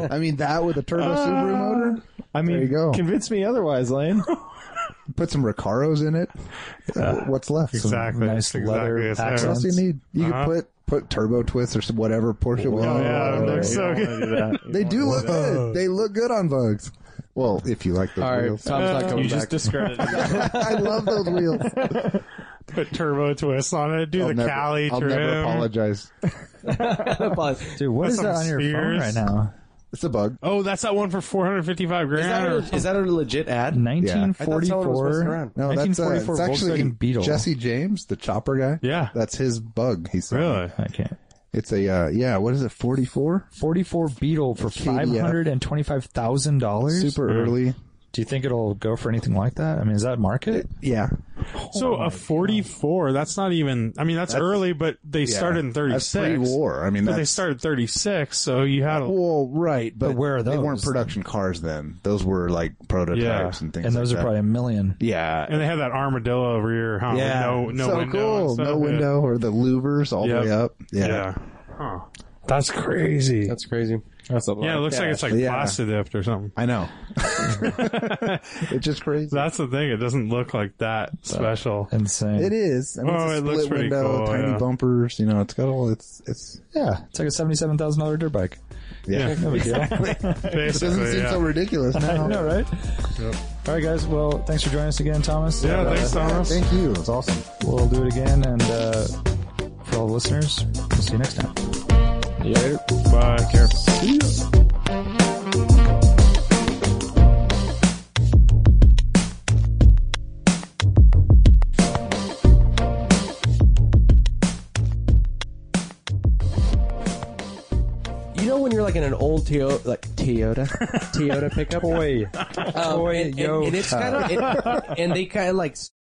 I mean that with a turbo
Uh,
Subaru motor.
I mean,
you go.
convince me otherwise, Lane.
Put some Recaros in it. Uh, What's left?
Uh, exactly.
nice
exactly.
leather
It's there.
accents.
What else you need? You
Uh-huh.
can put put turbo twists or some whatever Porsche. will.
Oh, yeah, it looks so good.
They do look good. They look good on bugs. Well, if you like those
All right,
wheels,
Tom's
Uh,
not coming back.
discredited.
I love those wheels.
Put turbo twists on it. Do
I'll
the
never,
Cali
I'll
trim.
never apologize.
Dude, what is
Some
that on your phone
spheres.
right now?
It's a bug.
Oh, that's that one for 455
Is that,
grand.
a, is that a legit ad? Yeah.
1944.
No, that's uh, it's
1944
actually
Volkswagen Beetle.
Jesse James, the chopper guy.
Yeah.
that's his bug. He's
really?
I can't.
It's a uh, yeah. What is it? Forty four.
44 Beetle for five
KDF.
hundred and twenty-five thousand dollars.
Mm.
Super early.
Do you think it'll go for anything like that? I mean, is that market?
Yeah, Oh
So a 44, that's not even, I mean, that's, early, but they started in 36.
that's pre war. I mean,
But
that's
they started 36, so you had a,
well, right. But,
But where are
They
those?
weren't production cars then. Those were like prototypes
Yeah.
and things.
And those
like
are probably
that.
a million.
yeah.
and they had that armadillo over here, huh? with
Yeah.
No, no
so
window. and
cool.
stuff.
No window or the louvers all
Yep.
the way up.
Yeah.
Yeah.
Yeah. Huh. That's crazy.
That's crazy.
That's a lot.
yeah, it looks like it's like
Yeah.
plastic dipped or something.
I know. it's just crazy.
That's the thing. It doesn't look like that special.
Insane.
It is. I mean,
Oh,
it's a
it
split
looks pretty
window,
cool,
tiny
yeah.
bumpers. You know, it's got all. It's it's.
yeah, it's like a seventy-seven thousand dollar dirt bike.
Yeah.
No big deal.
It doesn't
Basically,
seem so
yeah.
ridiculous
I
now.
know, right? All right, guys. Well, thanks for joining us again, Thomas.
Yeah,
Uh,
thanks, Thomas.
Thank you. It's awesome.
We'll do it again, and uh, for all the listeners. We'll see you next time.
Bye. Care.
You know when you're like in an old Teo- like Toyota, Toyota pickup, boy, um, and, and, and it's kind of, and they kind of like